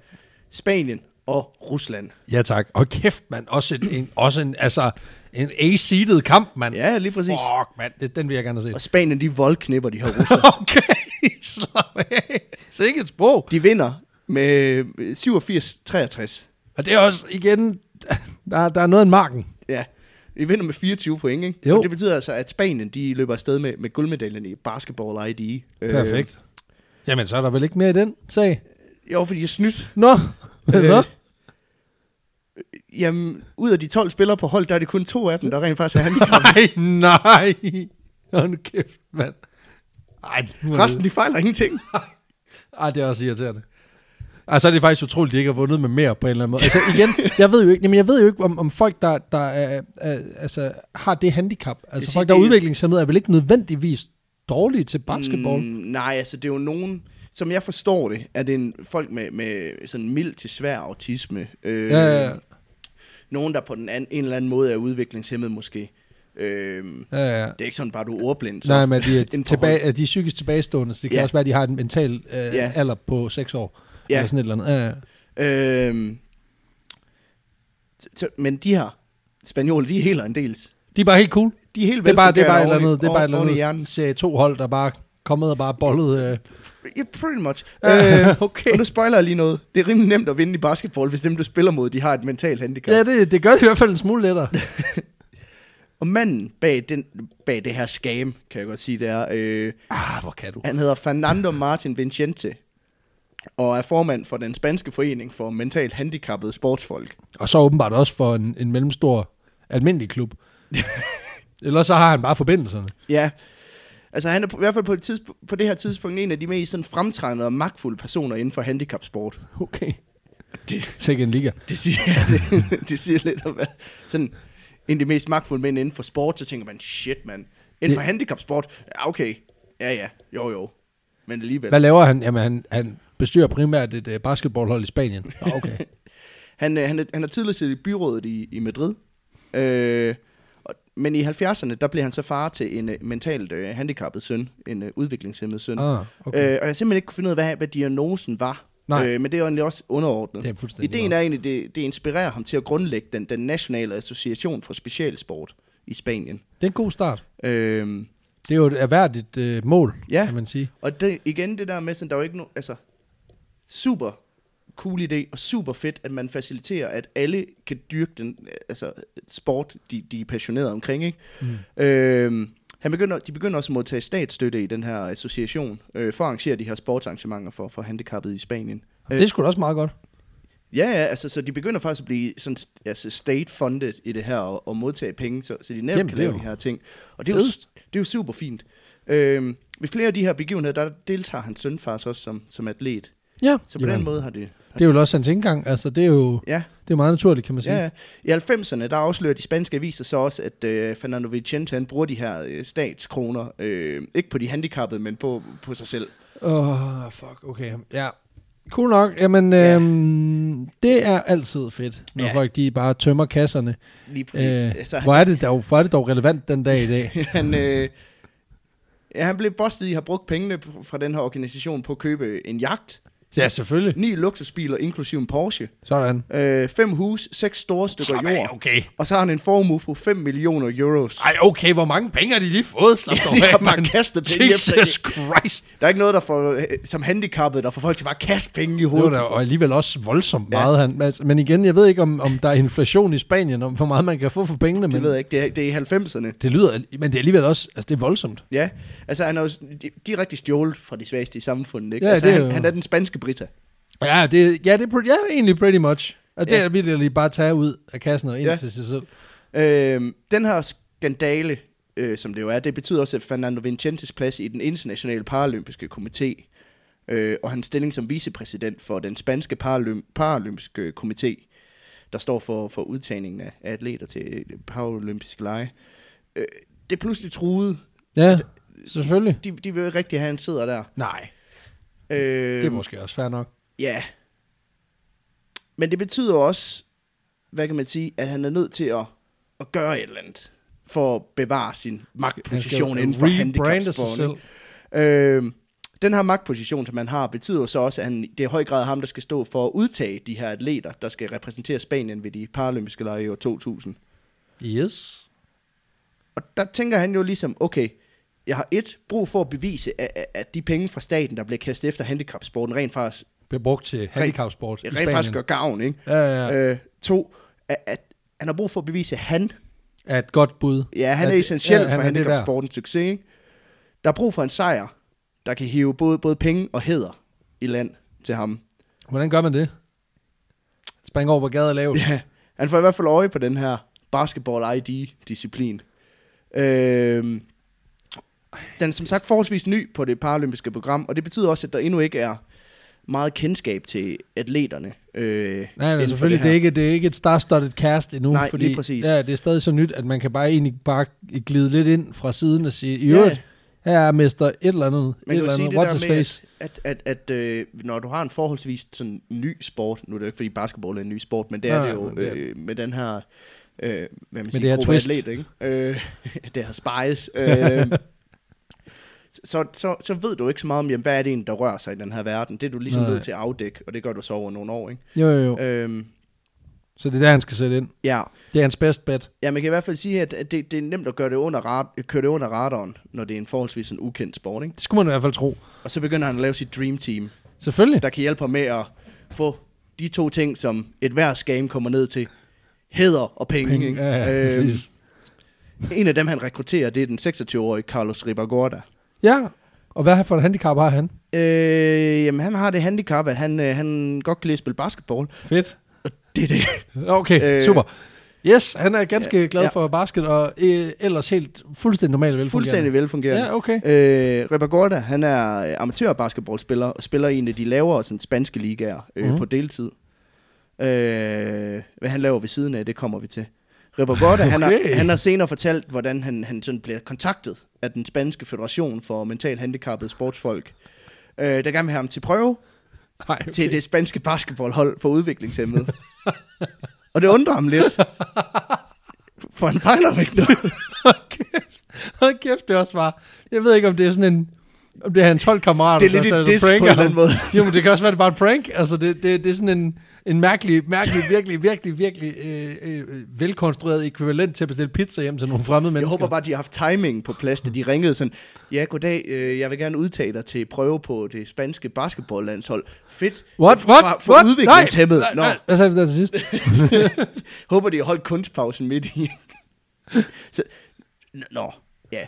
B: Spanien og Rusland.
A: Ja, tak. Og kæft, mand. Også en, en, også en, altså, en A-seedet kamp, mand.
B: Ja, lige præcis.
A: Fuck, mand. Det- Den vil jeg gerne
B: [LAUGHS]
A: se.
B: Og Spanien, de voldknipper de her russere.
A: Okay, slap af. Sikke et sprog.
B: [LAUGHS] De vinder med øh, 87-63.
A: Og det er også, igen, der, der er noget af en marken.
B: Ja, de vinder med 24 point, ikke?
A: Jo.
B: Og det betyder altså, at Spanien, de løber afsted med, med guldmedaljen i Basketball ID. Øh,
A: Perfekt. Jamen, så er der vel ikke mere i den sag?
B: jo, fordi jeg snydt.
A: Nå, hvad så?
B: Øh, Jamen, ud af de 12 spillere på hold, der er det kun to af dem, der rent
A: [LAUGHS]
B: faktisk er
A: [LAUGHS]
B: handicap.
A: Nej, nej. Hold nu kæft, mand. Ej, nu er
B: Resten,
A: det,
B: de fejler ingenting.
A: ej, det er også irriterende. Ej, så er det faktisk utroligt, de ikke har vundet med mere på en eller anden måde. Altså igen, jeg ved jo ikke, jamen, jeg ved jo ikke om, om folk, der, der er, er, altså, har det handicap. Altså
B: vil sige,
A: folk, der er
B: det er-
A: udviklingshemmede, er vel ikke nødvendigvis dårlige til basketball? Mm.
B: nej, altså, det er jo nogen... Som jeg forstår det, er det en, folk med, med sådan mild til svær autisme. Øh,
A: Ja, ja, ja.
B: Nogen, der på den an, en eller anden måde er udviklingshemmet måske. Øh,
A: Ja, ja.
B: det er ikke sådan bare, du er ordblind. Så.
A: Nej, men de er,
B: Inden for
A: tilbage, er de er psykisk tilbagestående, så det kan
B: Ja.
A: også være, at de har en mental øh,
B: Ja.
A: alder på 6 år.
B: Ja.
A: Eller sådan et eller andet. Ja, ja.
B: Øh, så, så- men de her spanioler, de er helt og en dels.
A: de er bare helt cool.
B: De er helt
A: Det er bare, det er bare et
B: velfungerende
A: eller andet,
B: oven i-
A: det er bare et eller
B: oven i
A: andet
B: hjernen.
A: serie 2 hold, der bare kommet og bare bollet. Øh.
B: Ja, pretty much.
A: Ja, [LAUGHS]
B: Øh,
A: okay.
B: Og nu spoiler jeg lige noget. Det er rimelig nemt at vinde i basketball, hvis dem, du spiller mod, de har et mentalt handicap.
A: Ja, det, det gør det i hvert fald en smule
B: [LAUGHS]
A: lettere.
B: Og manden bag, den, bag det her scam, kan jeg godt sige, det er, øh,
A: ah, hvor kan du?
B: han hedder
A: [LAUGHS]
B: Fernando Martin Vincente, og er formand for den spanske forening for mentalt handicappede sportsfolk.
A: Og så åbenbart også for en, en mellemstor almindelig
B: [LAUGHS]
A: klub. Ellers så har han bare forbindelserne.
B: Ja, altså han er på, i hvert fald på, et tidspunkt, på det her tidspunkt en af de mest sådan fremtrædende og magtfulde personer inden for handicapsport.
A: Okay.
B: Det-
A: Sikke en liga.
B: Det siger, [LAUGHS] det, det siger lidt om, hvad sådan, en af de mest magtfulde mænd inden for sport, så tænker man, shit mand, inden for handicapsport, ja, okay, ja ja, jo jo, men alligevel.
A: Hvad laver han? Jamen, han, han bestyrer primært et øh, basketballhold i Spanien. Nå,
B: [LAUGHS]
A: okay.
B: Han, øh, han, er- han har tidligere siddet i byrådet i, i Madrid, øh, og, men i 70'erne, der blev han så far til en øh, mentalt øh, handicappet søn, en øh, udviklingshemmet søn.
A: Ah, okay.
B: Øh, og jeg har simpelthen ikke kunne finde ud af, hvad, hvad diagnosen var.
A: Nej.
B: Øh, men det er jo egentlig også underordnet.
A: Det er fuldstændig
B: Ideen er egentlig, det, det inspirerer ham til at grundlægge den, den nationale association for specialsport i Spanien.
A: Det er en god start.
B: Øh,
A: Det er jo et erhvervligt øh, mål,
B: Ja.
A: kan man sige.
B: og det, igen det der med, sådan, der er jo ikke no, altså, super cool idé, og super fedt, at man faciliterer, at alle kan dyrke den øh, altså, sport, de, de er passionerede omkring. Ikke? Mm. Øh, han begynder, de begynder også at modtage statsstøtte i den her association, øh, for at arrangere de her sportsarrangementer for, for handicappede i Spanien.
A: Det er sgu da også meget godt.
B: Ja, ja, altså, så de begynder faktisk at blive sådan, st- altså state-funded i det her, og, og modtage penge, så, så de nemt
A: Jamen,
B: kan
A: det er
B: lave
A: jo
B: de her ting. Og det er, jo,
A: fedest.
B: s- det er jo super fint. Øhm, ved flere af de her begivenheder, der deltager hans søn faktisk også som, som atlet.
A: Ja.
B: Så på
A: Jamen,
B: den måde har det...
A: Det er jo også hans indgang. Altså, det er jo
B: Ja,
A: det er jo meget naturligt, kan man sige.
B: ja, ja. I 90'erne, der afslører de spanske aviser så også, at øh, Fernando Vicente, han bruger de her øh, statskroner, øh, ikke på de handicappede, men på, på sig selv.
A: Åh, oh, fuck, okay. Ja, cool nok. Jamen,
B: Ja.
A: øhm, det er altid fedt, når
B: Ja.
A: folk de bare tømmer kasserne.
B: Lige præcis.
A: Øh,
B: altså,
A: hvor, er det dog, hvor er det dog relevant den dag i dag?
B: han, øh, [LAUGHS] ja, han blev bustet i at have brugt pengene p- fra den her organisation på at købe en jagt,
A: Ja, selvfølgelig.
B: Ni luksusbiler, inklusive en Porsche.
A: Sådan.
B: Øh, fem hus, seks store stykker
A: Slap af,
B: jord.
A: okay.
B: Og så har han en formue på 5 millioner euros.
A: Ej, okay, hvor mange penge har de lige fået? Slap dog
B: de har
A: af,
B: bare
A: mand.
B: kastet penge efter
A: Jesus
B: det.
A: Christ.
B: Der er ikke noget, der får, øh, som handicappet, der får folk til bare at kaste penge i
A: Det var
B: hovedet.
A: da og alligevel også voldsomt meget. Han, altså, men igen, jeg ved ikke, om, om der er inflation i Spanien, om hvor meget man kan få for pengene.
B: Det
A: Men
B: ved jeg ikke, det er, det er i 90'erne.
A: det lyder, men det er alligevel også, altså det er voldsomt.
B: Ja, altså han er jo sådan- di- direkte stjålet fra de svageste i samfundet, ikke?
A: Ja,
B: altså,
A: det er
B: han,
A: jo-
B: han er den spanske Brita.
A: Ja, det, ja, det er pretty, ja, egentlig pretty much. Altså
B: Ja.
A: det er virkelig bare at tage ud af kassen og ind
B: Ja.
A: til sig selv.
B: Øhm, den her skandale, øh, som det jo er, det betyder også, at Fernando Vincentes plads i den internationale paralympiske komité, øh, og hans stilling som vicepræsident for den spanske paralym- paralympiske komité, der står for, for udtagningen af af atleter til øh, paralympiske lege, øh, det er pludselig truet.
A: Ja,
B: Altså,
A: selvfølgelig.
B: De, de vil jo ikke rigtig have, at han sidder der.
A: Nej,
B: Øh,
A: det er måske også fair nok.
B: Ja. Men det betyder også, hvad kan man sige, at han er nødt til at, at gøre et eller andet for at bevare sin magtposition inden for
A: rebrande sig selv.
B: handicapsporten. Øh, den her magtposition, som han har, betyder jo så også, at han, det er i høj grad ham, der skal stå for at udtage de her atleter, der skal repræsentere Spanien ved de paralympiske lege i år 2000.
A: Yes.
B: Og der tænker han jo ligesom, okay, jeg har et brug for at bevise, at, at- at de penge fra staten, der bliver kastet efter handicapsporten, rent faktisk,
A: Bliver brugt til handicapsport i
B: rent faktisk gør
A: Spanien.
B: gavn, ikke?
A: Ja, ja, ja.
B: Øh, to, at, at han har brug for at bevise, at han,
A: Er et godt bud.
B: ja, han
A: At-
B: er essentiel ja,
A: han
B: for
A: er det værd.
B: handicapsportens succes. Ikke? Der er brug for en sejr, der kan hive både, både penge og heder i land til ham.
A: Hvordan gør man det? Spring over på gaden og lave.
B: Ja, han får i hvert fald øje på den her basketball-ID-disciplin. Øhm, den er som sagt forholdsvis ny på det paralympiske program, og det betyder også, at der endnu ikke er meget kendskab til atleterne. Øh,
A: Nej,
B: inden
A: nej
B: for
A: selvfølgelig. Det, det,
B: her.
A: er ikke, det er ikke et star-studded cast endnu.
B: Nej,
A: fordi,
B: lige præcis.
A: Ja, det er stadig så nyt, at man kan bare egentlig bare glide lidt ind fra siden og sige, i øvrigt, her er mester et eller andet, et
B: Man kan
A: eller
B: jo sige
A: andet,
B: det
A: what's
B: der
A: his
B: med,
A: face.
B: at, at, at, at øh, når du har en forholdsvis sådan ny sport, nu er det jo ikke fordi basketball er en ny sport, men det er
A: Nej,
B: det jo
A: men det er-
B: øh, med den her, øh, hvad man
A: det
B: siger,
A: her
B: gruppe
A: twist.
B: atlet, ikke? Øh, [LAUGHS] det her spice. Øh,
A: [LAUGHS]
B: så, så, så ved du ikke så meget om, jamen, hvad er det egentlig, der rører sig i den her verden. Det er du ligesom
A: Nej.
B: nødt til at afdække, og det gør du så over nogle år, ikke?
A: Jo, jo, jo.
B: Øh,
A: Så det er der, han skal sætte ind.
B: ja.
A: Det er hans best bet.
B: ja, man kan i hvert fald sige, at at det, det er nemt at gøre det under, rad- køre det under radaren, når det er en forholdsvis sådan ukendt sport, ikke?
A: Det skulle man i hvert fald tro.
B: Og så begynder han at lave sit dream team.
A: Selvfølgelig.
B: der kan hjælpe ham med at få de to ting, som et hver scam kommer ned til. Heder og penge.
A: Penge,
B: ikke? Øh, Øhm.
A: ja, ja, præcis.
B: en af dem, han rekrutterer, det er den 26-årige Carlos Ribagorda.
A: Ja, og hvad for et handicap har han?
B: Øh, jamen, han har det handicap, at han, øh, han godt kan lide at spille basketball.
A: Fedt.
B: Det er det.
A: Okay,
B: Øh,
A: super. Yes, han er ganske ja, glad
B: ja.
A: for basket, og øh, ellers helt fuldstændig normal velfungerende.
B: Fuldstændig velfungerende.
A: Ja, [LAUGHS] okay.
B: Øh, Ribagorda, han er øh, amatørbasketballspiller, og spiller i en af de lavere sådan, spanske ligaer øh,
A: Mhm.
B: på deltid. Øh, hvad han laver ved siden af, det kommer vi til. Ribagorda, okay. han, har,
A: Okay.
B: han har senere fortalt, hvordan han, han sådan bliver kontaktet af den spanske federation for mentalt handicappede sportsfolk, øh, der gerne vil have ham til
A: [LAUGHS]
B: prøve
A: Nej, okay.
B: til det spanske basketballhold for udviklingshemmede. og det undrer ham
A: [LAUGHS]
B: lidt, for han fejler jo ikke noget.
A: Hold kæft. Hold kæft, det også var. Jeg ved ikke, om det er sådan en... Om det er hans holdkammerater,
B: Det er lidt
A: der,
B: et
A: der
B: diss på
A: altså, pranker
B: en eller
A: ham.
B: anden måde.
A: Jo, men det kan også være, det er bare en prank. Altså, det, det, det er sådan en, en mærkelig, mærkelig, virkelig, virkelig, virkelig øh, øh, velkonstrueret ekvivalent til at bestille pizza hjem til nogle fremmede
B: Jeg
A: mennesker.
B: håber bare, de har haft timing på plads, da de ringede sådan, ja, goddag, øh, jeg vil gerne udtage dig til prøve på det spanske basketballlandshold. Fedt.
A: What? What?
B: For, for
A: What?
B: udviklingshemmede.
A: Nej,
B: Nå, Mm.
A: nej, nej. Hvad sagde du der til sidst?
B: håber de har holdt kunstpausen midt i. [LAUGHS] Så, n- nå, ja.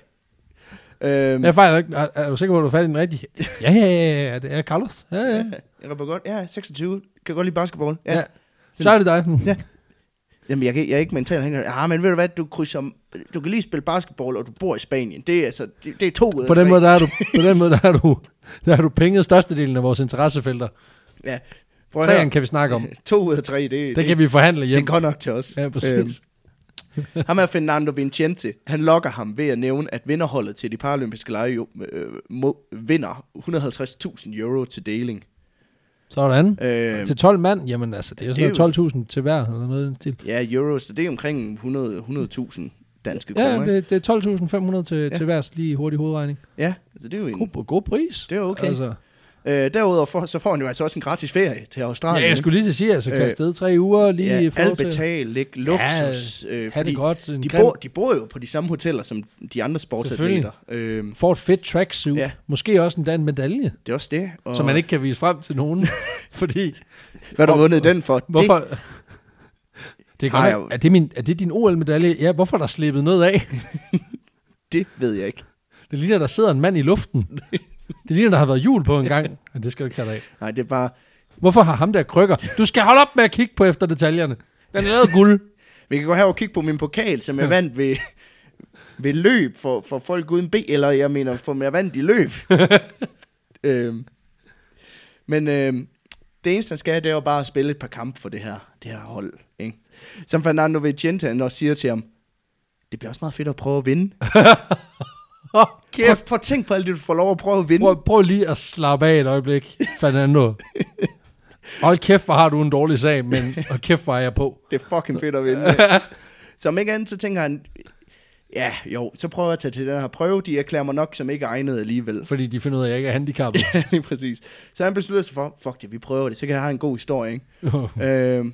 B: Øhm,
A: Jeg fejler ikke. Er, er du sikker på, at du fandt den rigtige? Ja, ja, ja, ja. Det er Carlos. Ja, ja.
B: Jeg var godt, ja, 26, kan godt lide basketball. Ja.
A: ja.
B: ja.
A: Så er det dig.
B: Ja. Jamen, jeg, kan, jeg er ikke mentalt hængende. Ah, men ved du hvad, du, krydser, du kan lige spille basketball, og du bor i Spanien. Det er, altså, det, det er to ud af
A: På den
B: tre.
A: måde, der er du,
B: [LAUGHS]
A: på den måde, der er du, der er du penget størstedelen af vores interessefelter.
B: Ja. Prøv at
A: Træerne
B: høre.
A: kan vi snakke om.
B: To ud af tre, [LAUGHS] det, det,
A: Det
B: det,
A: kan vi forhandle
B: det er
A: hjem.
B: godt Øhm. nok til os. Øhm,
A: Ja, præcis.
B: Ham er Fernando Vincente. Han lokker ham ved at nævne, at vinderholdet til de paralympiske lege jo, øh, må, vinder 150.000 euro til deling.
A: Sådan.
B: Øh,
A: Til 12 mand, jamen altså, det er jo
B: det er
A: sådan noget 12.000 til hver, eller noget i den stil.
B: ja, euro, så det er omkring 100 100.000 danske
A: Ja,
B: kroner.
A: jamen,
B: ikke?
A: det, det er 12.500 til,
B: Ja.
A: til hver lige hurtig hovedregning.
B: ja altså, det er jo en...
A: God, god pris.
B: Det er okay.
A: Altså,
B: Øh, derudover for, så får han jo altså også en gratis ferie til Australien.
A: Ja, jeg skulle lige til at sige, altså, kan
B: Øh,
A: afsted tre uger lige
B: ja,
A: få lov
B: alt
A: til-
B: betalt, ikke? Luksus. øh,
A: Ja, have det
B: fordi
A: godt, en
B: De,
A: grim-
B: bor, de bor jo på de samme hoteller som de andre sportsatleter. Øhm,
A: Får et fedt tracksuit.
B: Ja.
A: Ja. Måske også endda en medalje,
B: det er også det. Og
A: oh. som man ikke kan vise frem til
B: [LAUGHS]
A: nogen. fordi,
B: Hvad har du
A: Hvor-
B: vundet den for?
A: hvorfor... Det er,
B: Har
A: godt,
B: jeg jo-
A: nok- er, det min, er det din OL-medalje? Ja, hvorfor er der slippet noget af?
B: Det, det ved jeg ikke.
A: Det ligner, der sidder en mand i luften. Det ligner, der har været jul på en gang. Men det skal du ikke tage dig af.
B: Nej, det er bare...
A: Hvorfor har ham der krykker? Du skal holde op med at kigge på efter detaljerne. Den er lavet af guld.
B: Vi kan gå her og kigge på min pokal, som
A: [LAUGHS]
B: jeg vandt ved, ved løb for, for folk uden B, eller jeg mener, for jeg vandt i
A: [LAUGHS]
B: løb. øhm, men øhm, det eneste, han skal, det er jo bare at spille et par kampe for det her, det her hold. Ikke? Som Fernando Vicente han også siger til ham, det bliver også meget fedt at prøve at vinde.
A: Oh,
B: Prøv,
A: kæft.
B: prøv at tænke på alt det, du får lov at prøve at vinde.
A: Prøv, prøv lige at slappe af et øjeblik, Fernando. Hold kæft, hvor har du en dårlig sag, men hold kæft, hvor er jeg på.
B: Det er fucking fedt
A: [LAUGHS]
B: at vinde. så om ikke andet, så tænker han, ja, jo, så prøver jeg at tage til den her prøve. De erklærer mig nok som ikke egnet alligevel.
A: Fordi de finder ud af, at jeg ikke er handicappet.
B: [LAUGHS] Ja, lige præcis. Så han beslutter sig for, fuck det, vi prøver det, så kan jeg have en god historie, ikke? øhm,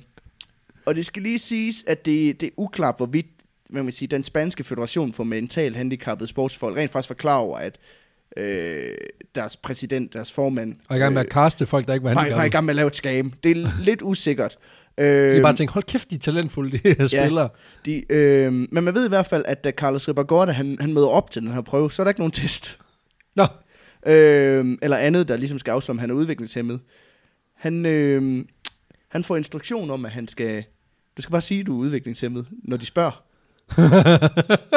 B: og det skal lige siges, at det, det er uklart, hvorvidt hvad man kan sige, den spanske federation for mentalt handicappede sportsfolk rent faktisk var klar over, at øh, deres præsident, deres formand, øh,
A: Og i gang med at kaste folk, der ikke var
B: var, var i
A: handicappede.
B: gang med at lave et skam. Det er
A: [LAUGHS]
B: lidt usikkert. Øh,
A: De bare tænkte, hold kæft, de er talentfulde, de her spillere.
B: de, øh, men man ved i hvert fald, at da Carlos Ribagorda, han, han møder op til den her prøve, så er der ikke nogen test.
A: Nå,
B: øh, eller andet, der ligesom skal afsløre, om han er udviklingshemmet. Han, øh, han får instruktion om, at han skal... Du skal bare sige, at du er udviklingshemmet, når de spørger. [LAUGHS]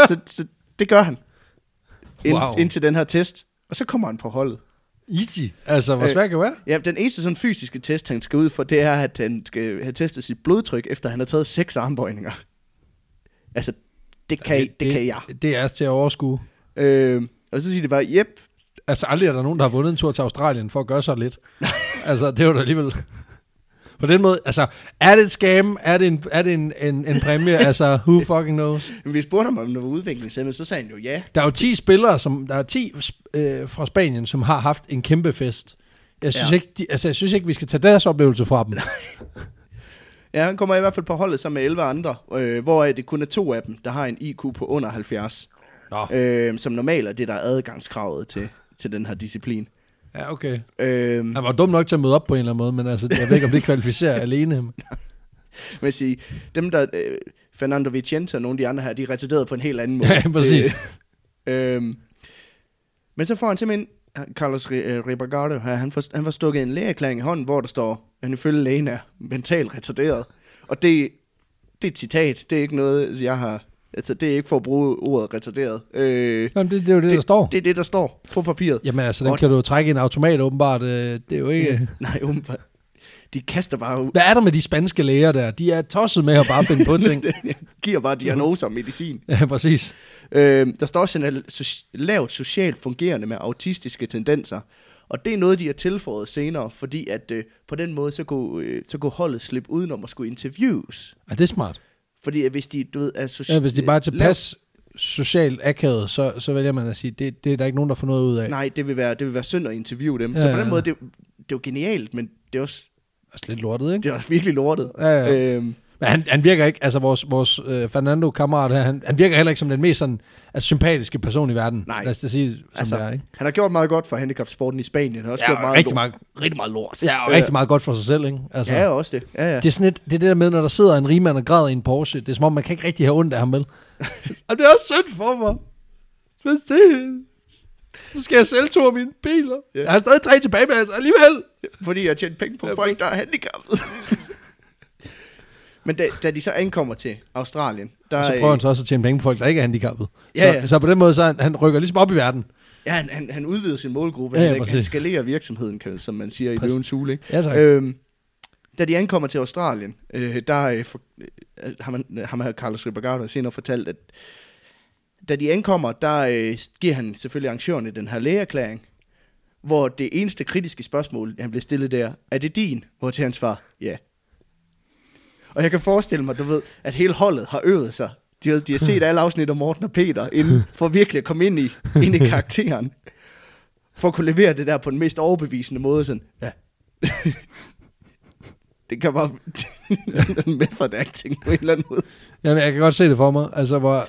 B: så, så det gør han. Ind,
A: Wow.
B: wow. Indtil den her test. Og så kommer han på holdet.
A: easy. Altså, hvor
B: Øh.
A: svært kan det være?
B: Ja, den eneste sådan fysiske test, han skal ud for, det er, at han skal have testet sit blodtryk, efter han har taget seks armbøjninger. Altså, det kan, det, det kan jeg.
A: Det er til at overskue.
B: Øh, og så siger det bare, jep,
A: Altså, aldrig er der nogen, der har vundet en tur til Australien for at gøre så
B: [LAUGHS]
A: lidt. altså, det var da alligevel... På den måde, altså, er det et scam? Er det en, er det en, en, en præmie?
B: [LAUGHS]
A: altså, who fucking knows?
B: Men vi spurgte ham, om det var udviklingshemmet, så sagde han jo ja.
A: Der er jo 10 spillere, som, der er 10 øh, fra Spanien, som har haft en kæmpe fest. Jeg synes,
B: Ja.
A: ja. ikke, de, altså, jeg synes ikke, vi skal tage deres oplevelse fra
B: [LAUGHS]
A: dem.
B: Ja, han kommer i hvert fald på holdet sammen med 11 andre, øh, hvor det kun er to af dem, der har en IQ på under 70,
A: Nå,
B: øh, som normalt er det, der er adgangskravet til, til den her disciplin.
A: ja, okay.
B: Øh,
A: Han var dum nok til at møde op på en eller anden måde, men altså, jeg ved ikke, om det kvalificerer alene.
B: [LAUGHS]
A: ham.
B: vil sige, dem der, øh, Fernando Vicente og nogle af de andre her, de er retarderet på en helt anden måde.
A: [LAUGHS] Ja, præcis.
B: Øh, øh, men så får han simpelthen, Carlos Ri- øh, Ribagardo, her, han får, han får stukket en lægeerklæring i hånden, hvor der står, at han ifølge lægen er mentalt retarderet. Og det, det er et citat, det er ikke noget, jeg har... Altså, det er ikke for at bruge ordet retarderet. Øh,
A: Jamen, det, det er jo det, det, der står.
B: Det er det, der står på papiret.
A: Jamen altså, den
B: Og-
A: kan du jo trække i en automat åbenbart. Øh, det er jo ikke...
B: [LAUGHS] Nej, åbenbart. De kaster bare ud. [LAUGHS]
A: Hvad er der med de spanske læger der? De er tosset med at bare finde på ting.
B: giver bare diagnoser og medicin.
A: Ja, præcis.
B: Øh, der står også, at han er so- lavt socialt fungerende med autistiske tendenser. Og det er noget, de har tilføjet senere, fordi at øh, på den måde, så kunne, øh, så kunne holdet slippe udenom at skulle interviews.
A: Er det er smart?
B: Fordi at hvis de, du ved, er soci-
A: Ja, hvis de bare er
B: øh,
A: tilpas socialt akavet, så, så vælger man at sige, det, det er der ikke nogen, der får noget ud af.
B: lavt- Nej, det vil, være, det vil være synd at interviewe dem. Ja,
A: Ja,
B: så på
A: ja,
B: den
A: ja.
B: måde, det, det er jo genialt, men det er også,
A: Altså lidt lortet, ikke?
B: det er også virkelig lortet.
A: Ja, ja.
B: Øhm,
A: Men han, han virker ikke, altså vores, vores øh, Fernando-kammerat her, han, han virker heller ikke som den mest sådan, altså, sympatiske person i verden.
B: Nej.
A: Lad os da sige, som altså, det er, ikke?
B: Han har gjort meget godt for handicapsporten i Spanien. Han har også
A: Ja,
B: gjort meget
A: rigtig
B: lort.
A: meget-
B: rigtig meget lort.
A: Ja, og rigtig meget godt for sig selv, ikke? Altså,
B: Ja, også det. Ja, ja.
A: Det er sådan et, det, er det der med, når der sidder en rigmand og græder i en Porsche. Det er som om, man kan ikke rigtig have ondt af ham, vel? og det er også synd for mig. Hvis det... Nu skal jeg selv to af mine biler.
B: Ja.
A: Jeg har stadig tre tilbage med, altså alligevel.
B: Fordi jeg tjente penge på ja, folk, der er handicappede. Men da, da de så ankommer til Australien, der
A: Og så
B: øh,
A: prøver han så også at tjene penge på folk, der ikke er handicappet.
B: Ja,
A: Ja,
B: ja.
A: ja. Så, så på den måde, så han, han rykker ligesom op i verden.
B: ja, han, han, han udvider sin målgruppe.
A: Ja, ja,
B: Ja, ja, han
A: præcis.
B: skalerer virksomheden, kan, som man siger i
A: Præcis.
B: løvens hule. ikke?
A: Ja, tak. Øh,
B: Øhm, da de ankommer til Australien, øh, der øh, for, øh, har man, øh, har man Carlos Ribergaard senere fortalt, at da de ankommer, der øh, giver han selvfølgelig arrangørerne den her lægeerklæring, hvor det eneste kritiske spørgsmål, han bliver stillet der, er det din? Hvor til hans far, ja. Og jeg kan forestille mig, du ved, at hele holdet har øvet sig. De, ved, de har set alle afsnit om Morten og Peter, inden for virkelig at komme ind i, ind i karakteren. for at kunne levere det der på den mest overbevisende måde. Sådan, ja. det kan bare... [LAUGHS] method acting på en eller anden måde.
A: Jamen, jeg kan godt se det for mig. Altså, hvor...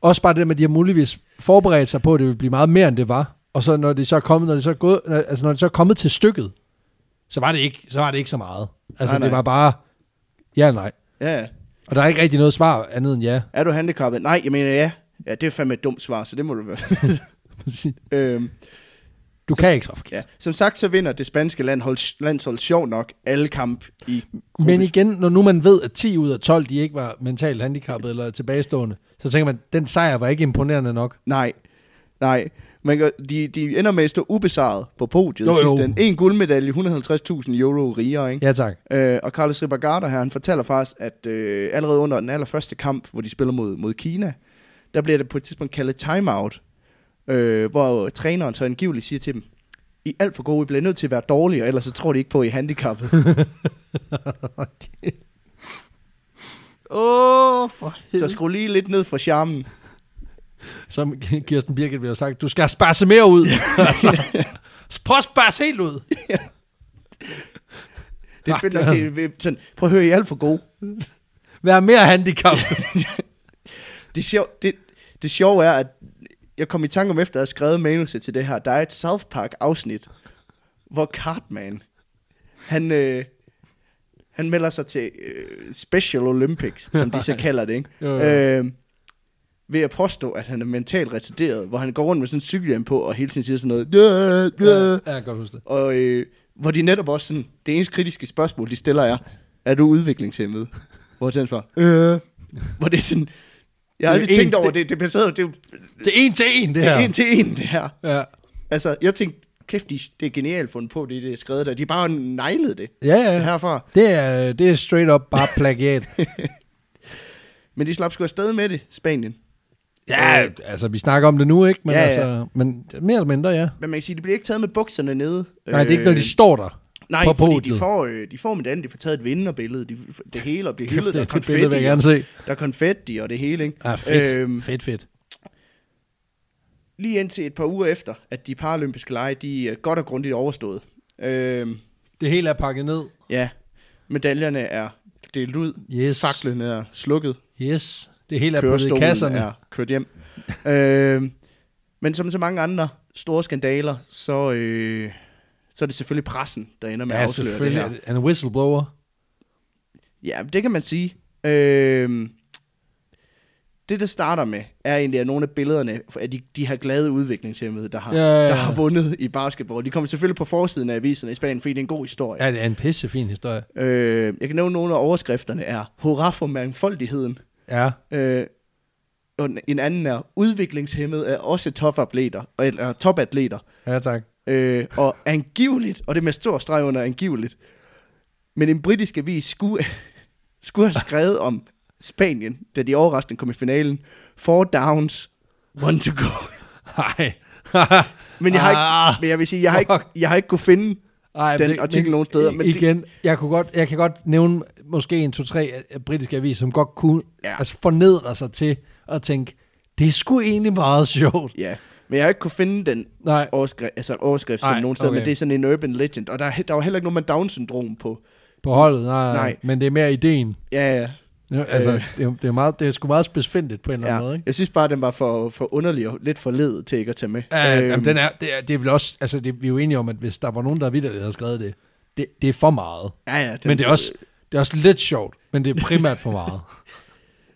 A: Også bare det med, at de har muligvis forberedt sig på, at det ville blive meget mere, end det var. Og så når det så er kommet, når det så er gået, når- altså, når det så er kommet til stykket, så var det ikke så, var det ikke så meget. Altså,
B: Nej,
A: nej, det
B: nej.
A: var bare ja og nej.
B: Ja, ja.
A: Og der er ikke rigtig noget svar andet end ja. [LAUGHS]
B: Er du handicappet? Nej, jeg mener ja. Ja, det er fandme et dumt svar, så det må du være. [LAUGHS] øhm,
A: Du kan ikke så forkert.
B: ja. Som sagt, så vinder det spanske landhold, landshold sjov nok alle kamp i gruppe.
A: Men igen, når nu man ved, at 10 ud af 12, de ikke var mentalt handicappede eller tilbagestående, så tænker man, den sejr var ikke imponerende nok.
B: Nej, nej. Man kan, de, de ender med at stå ubesejret på podiet
A: Jo,
B: jo,
A: jo.
B: sidste ende. En guldmedalje, 150.000 euro rigere, ikke?
A: Ja tak.
B: Øh, og Carlos Ribagarda her, han fortæller faktisk, at øh, allerede under den allerførste kamp, hvor de spiller mod, mod Kina, der bliver det på et tidspunkt kaldet timeout, øh, hvor træneren så angiveligt siger til dem, I er alt for gode, I bliver nødt til at være dårlige, og ellers så tror de ikke på, at I er handicappet.
A: [LAUGHS] Åh, oh, for
B: så skru lige lidt ned for charmen.
A: Som Kirsten Birgit ville have sagt, du skal sparse mere ud. [LAUGHS] altså, prøv at sparse helt ud. Ah,
B: Det er fedt
A: det
B: nok, det, er sådan, prøv at høre, I er alt for gode.
A: Vær mere handicappet.
B: Det, sjov, det, det sjove er, at jeg kom i tanke om, efter jeg havde skrevet manuset til det her, der er et South Park-afsnit, hvor Cartman, han, øh, han melder sig til øh, Special Olympics, som
A: [LAUGHS]
B: de så kalder det, ikke?
A: Jo, jo.
B: Øh, ved at påstå, at han er mentalt retarderet, hvor han går rundt med sådan en cykelhjelm på, og hele tiden siger sådan noget, "Ja, ja."
A: ja, jeg kan godt huske det.
B: og øh, hvor de netop også sådan, det eneste kritiske spørgsmål, de stiller er, er du udviklingshemmet? Hvor han svarer, øh. Hvor det er sådan, jeg har
A: Det er
B: aldrig tænkt
A: en-
B: over
A: det-
B: det, det er baseret, det er jo
A: Det er en til en, det
B: det
A: her.
B: er en til en, det her.
A: Ja.
B: Altså, jeg tænkte, kæft, de, det er genialt fundet på, det det er skrevet der. De bare neglede det
A: Ja, ja.
B: herfra.
A: Det er, det er straight up bare [LAUGHS] plagiat.
B: Men de slap sgu afsted med det, Spanien.
A: ja, altså, vi snakker om det nu, ikke? Men, ja,
B: Ja,
A: ja.
B: ja.
A: Altså, men mere eller mindre, ja.
B: Men man kan sige, de bliver ikke taget med bukserne nede. Øh,
A: Nej, det er ikke, når de står der
B: Nej,
A: på
B: fordi
A: podiet.
B: de får, øh, de får medaljen, de får taget et vinderbillede, de, det hele, og bliver
A: Kæft,
B: hyldet,
A: det,
B: der er
A: det billede vil jeg
B: konfetti,
A: gerne se.
B: der er konfetti og det hele, ikke?
A: Ja, fedt. Øhm, fedt, fedt.
B: lige indtil et par uger efter, at de paralympiske lege, de er godt og grundigt overstået. Øhm,
A: Det hele er pakket ned.
B: ja, medaljerne er delt ud,
A: Yes.
B: saklen er slukket,
A: Yes. Det hele er puttet i
B: kørestolen
A: kasserne.
B: er kørt hjem. [LAUGHS] øhm, men som så mange andre store skandaler, så, øh, så er det selvfølgelig pressen, der ender med at
A: ja,
B: afsløre det her.
A: selvfølgelig. Han er whistleblower.
B: Ja, det kan man sige. Øhm, det, der starter med, er egentlig, at nogle af billederne af de, de her glade udviklingshemmede, der har,
A: Ja, ja, ja.
B: der har vundet i basketball. De kommer selvfølgelig på forsiden af aviserne i Spanien, fordi det er en god historie.
A: Ja, det er en pissefin historie.
B: Ja. Øh, jeg kan nævne, at nogle af overskrifterne er, hurra for mangfoldigheden.
A: Ja.
B: Øh, og en- en anden er, udviklingshemmede er også topatleter, og- eller topatleter.
A: Ja, tak.
B: Øh, og angiveligt, og det med stor streg under angiveligt, men en britisk avis skulle, skulle have skrevet om Spanien, da de overraskende kom i finalen. Four downs, one to go.
A: Nej.
B: [LAUGHS] Men jeg har
A: Ah.
B: ikke, men jeg vil sige, jeg har ikke,
A: Fuck.
B: jeg har ikke kunne finde
A: Ej,
B: den artikel nogen steder, men det-
A: igen, jeg, kunne godt, jeg kan godt nævne måske en, to, tre øh, britiske avis, som godt kunne ja.
B: Ja.
A: altså fornedre sig til at tænke, det er sgu egentlig meget sjovt.
B: Ja, men jeg har ikke kunne finde den
A: Nej.
B: overskrift, altså overskrift
A: Nej,
B: som nogen steder,
A: okay.
B: men det er sådan en urban legend, og der, er he- der var heller ikke nogen med Down-syndrom på.
A: På holdet, nej, nej.
B: Nej.
A: Men det er mere ideen.
B: Ja, ja.
A: Ja, altså,
B: Øh.
A: det, er, det, er meget, det er sgu meget spidsfindigt på en eller anden måde,
B: ja.
A: ikke?
B: Jeg synes bare, den var for, for underlig og lidt for led til ikke at tage med.
A: Ja,
B: Øhm,
A: jamen, den er, det, er, det er vel også, altså det, vi er jo enige om, at hvis der var nogen, der vidderligt havde skrevet det, det, det er for meget.
B: ja, ja,
A: Den, men det er, også, det er også lidt sjovt, men det er primært for
B: [LAUGHS]
A: meget.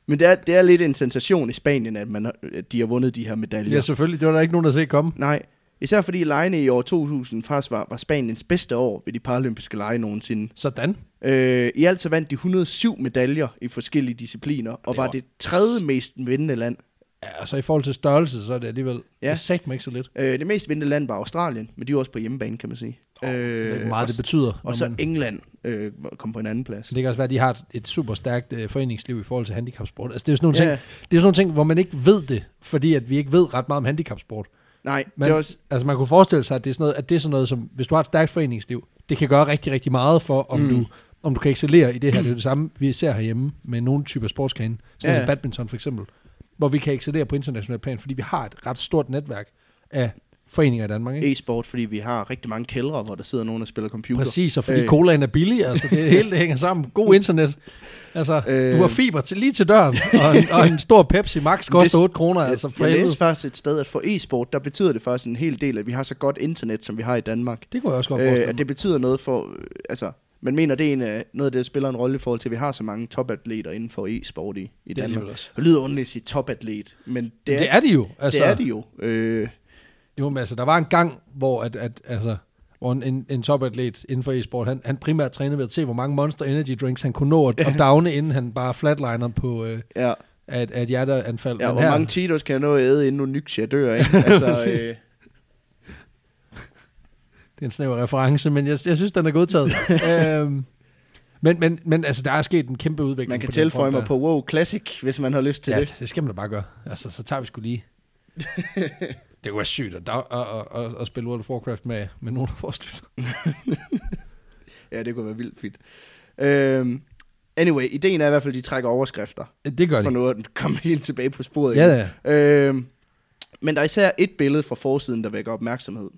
B: Men det er, det er lidt en sensation i Spanien, at, man, har- at de har vundet de her medaljer.
A: ja, selvfølgelig, det var der ikke nogen, der set komme.
B: Nej, især fordi lejene i år 2000 faktisk var, var Spaniens bedste år ved de paralympiske lege nogensinde.
A: Sådan.
B: Øh, I alt så vandt de 107 medaljer i forskellige discipliner, og
A: det
B: var
A: var-
B: det tredje mest vindende land.
A: Ja, så i forhold til størrelse, så er det alligevel... Ja.
B: Ja.
A: Det sagde mig ikke så lidt.
B: Øh, det mest vindende land var Australien, men de var også på hjemmebane, kan man sige. Oh,
A: Øh,
B: øh,
A: hvor meget
B: og,
A: det betyder. når
B: og så
A: man,
B: England øh, kom på en anden plads.
A: så det kan også være, at de har et- et super stærkt øh, foreningsliv i forhold til handicapsport. Altså, det er jo sådan nogle,
B: Ja,
A: ting, det er sådan nogle ting, hvor man ikke ved det, fordi at vi ikke ved ret meget om handicapsport.
B: Nej,
A: Men,
B: det er også,
A: Altså, man kunne forestille sig, at det, er sådan noget, at det er sådan noget, som hvis du har et stærkt foreningsliv, det kan gøre rigtig, rigtig meget for, om, mm.
B: Mm.
A: du, om du kan excellere i det
B: [CLEARS THROAT]
A: her. Det er jo det samme, vi ser herhjemme med nogle typer sportsgrene, sådan ja.
B: Ja.
A: som badminton for eksempel, hvor vi kan excellere på international plan, fordi vi har et ret stort netværk af foreninger i Danmark, ikke?
B: e-sport, fordi vi har rigtig mange kældre, hvor der sidder nogen, der spiller computer.
A: Præcis, og fordi
B: Øh.
A: colaen er billig, altså
B: [LAUGHS]
A: det hele det hænger sammen. God internet. Altså, øh.
B: Øh.
A: du har fiber til, lige til døren, og en, og en stor Pepsi Max koster 8 kroner, altså for
B: jeg, jeg læste
A: helvede.
B: faktisk et sted, at for e-sport, der betyder det faktisk en hel del, at vi har så godt internet, som vi har i Danmark.
A: Det kunne jeg også godt
B: Øh,
A: forestille
B: at
A: mig.
B: det betyder noget for, øh, altså, man mener, det er en af, noget af det, der spiller en rolle i forhold til, at vi har så mange topatleter inden for e-sport i, i
A: Det er
B: Danmark.
A: alligevel også.
B: Det lyder ondt at sige topatlet, men det er
A: Det er de jo. Altså,
B: det, er det jo. Øh,
A: Jo, men altså, der var en gang, hvor, at, at, altså, hvor en- en, en topatlet inden for e-sport, han, han primært trænede ved at se, hvor mange Monster Energy Drinks han kunne nå at,
B: [LAUGHS]
A: at dogne, inden han bare flatliner på øh,
B: ja,
A: af et, af et hjerteanfald.
B: ja
A: Men
B: hvor
A: her-
B: mange Cheetos kan jeg nå at æde, inden Onyx jeg
A: [LAUGHS]
B: dør, ikke? Altså,
A: Præcis.
B: øh,
A: Det er en snæver reference, men jeg, jeg synes, den er
B: [LAUGHS]
A: godtaget. øhm, men, men, men altså, der er sket en kæmpe udvikling.
B: man kan
A: på den
B: tilføje
A: front
B: mig
A: der.
B: på WoW Classic, hvis man har lyst til
A: ja,
B: det.
A: det. det skal man da bare gøre. Altså, så tager vi sgu
B: [LAUGHS]
A: lige. det kunne være sygt at, dag- at, at, at, at spille World of Warcraft med, med nogen af vores lytter.
B: Ja, det kunne være vildt fedt. Øh, anyway, ideen er i hvert fald, at de trækker overskrifter.
A: Det gør
B: for
A: de.
B: nu at komme helt tilbage på sporet.
A: Ja,
B: igen.
A: ja.
B: Øhm, men der er især et billede fra forsiden, der vækker opmærksomhed.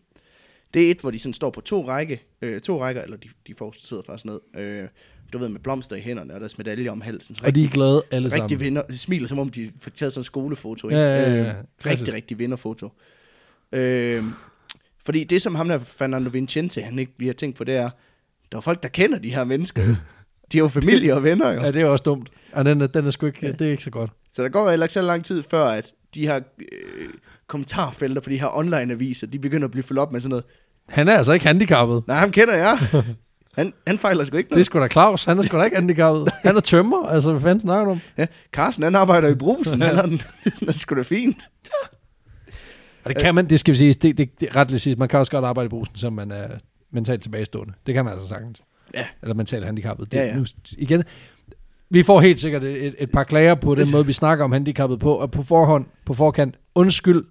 B: Det er et, hvor de sådan står på to række, øh, to rækker, eller de, de forreste sidder faktisk ned, øh, du ved, med blomster i hænderne og deres medalje om halsen.
A: Og de er glade alle sammen.
B: rigtig vinder, de smiler, som om de får taget sådan en skolefoto.
A: Ja, ja, ja, ja.
B: Øh,
A: Klassisk.
B: rigtig, rigtig vinderfoto. Øh, fordi det, som ham der Fernando Vincente, han ikke lige har tænkt på, det er, der er folk, der kender de her
A: [LAUGHS]
B: mennesker. De er jo familie og venner, jo.
A: Ja, det er også dumt. Og den er, den er sgu ikke, det er ikke så godt.
B: Så der går jo heller ikke så lang tid før, at de her øh, kommentarfelter på de her online-aviser, de begynder at blive fyldt op med sådan noget.
A: Han er altså ikke handicappet.
B: Nej, ham kender jeg.
A: [LAUGHS]
B: Han, han fejler sgu ikke
A: Det er
B: noget.
A: sgu da Claus, han er sgu da ikke handicappet. Han er tømmer, altså hvad fanden snakker du om?
B: Ja, Carsten, han arbejder i
A: [LAUGHS]
B: brusen. Han er, den, [LAUGHS] det er sgu da fint.
A: Og det kan man, det skal vi sige, det, det, det er retligt sige, man kan også godt arbejde i brusen, som man er mentalt tilbagestående. Det kan man altså sagtens.
B: Ja.
A: Eller mentalt handicappet. Det,
B: Ja, ja.
A: Nu, igen, vi får helt sikkert et, et par klager på den måde, vi snakker om handicappet på, og på forhånd, på forkant, undskyld.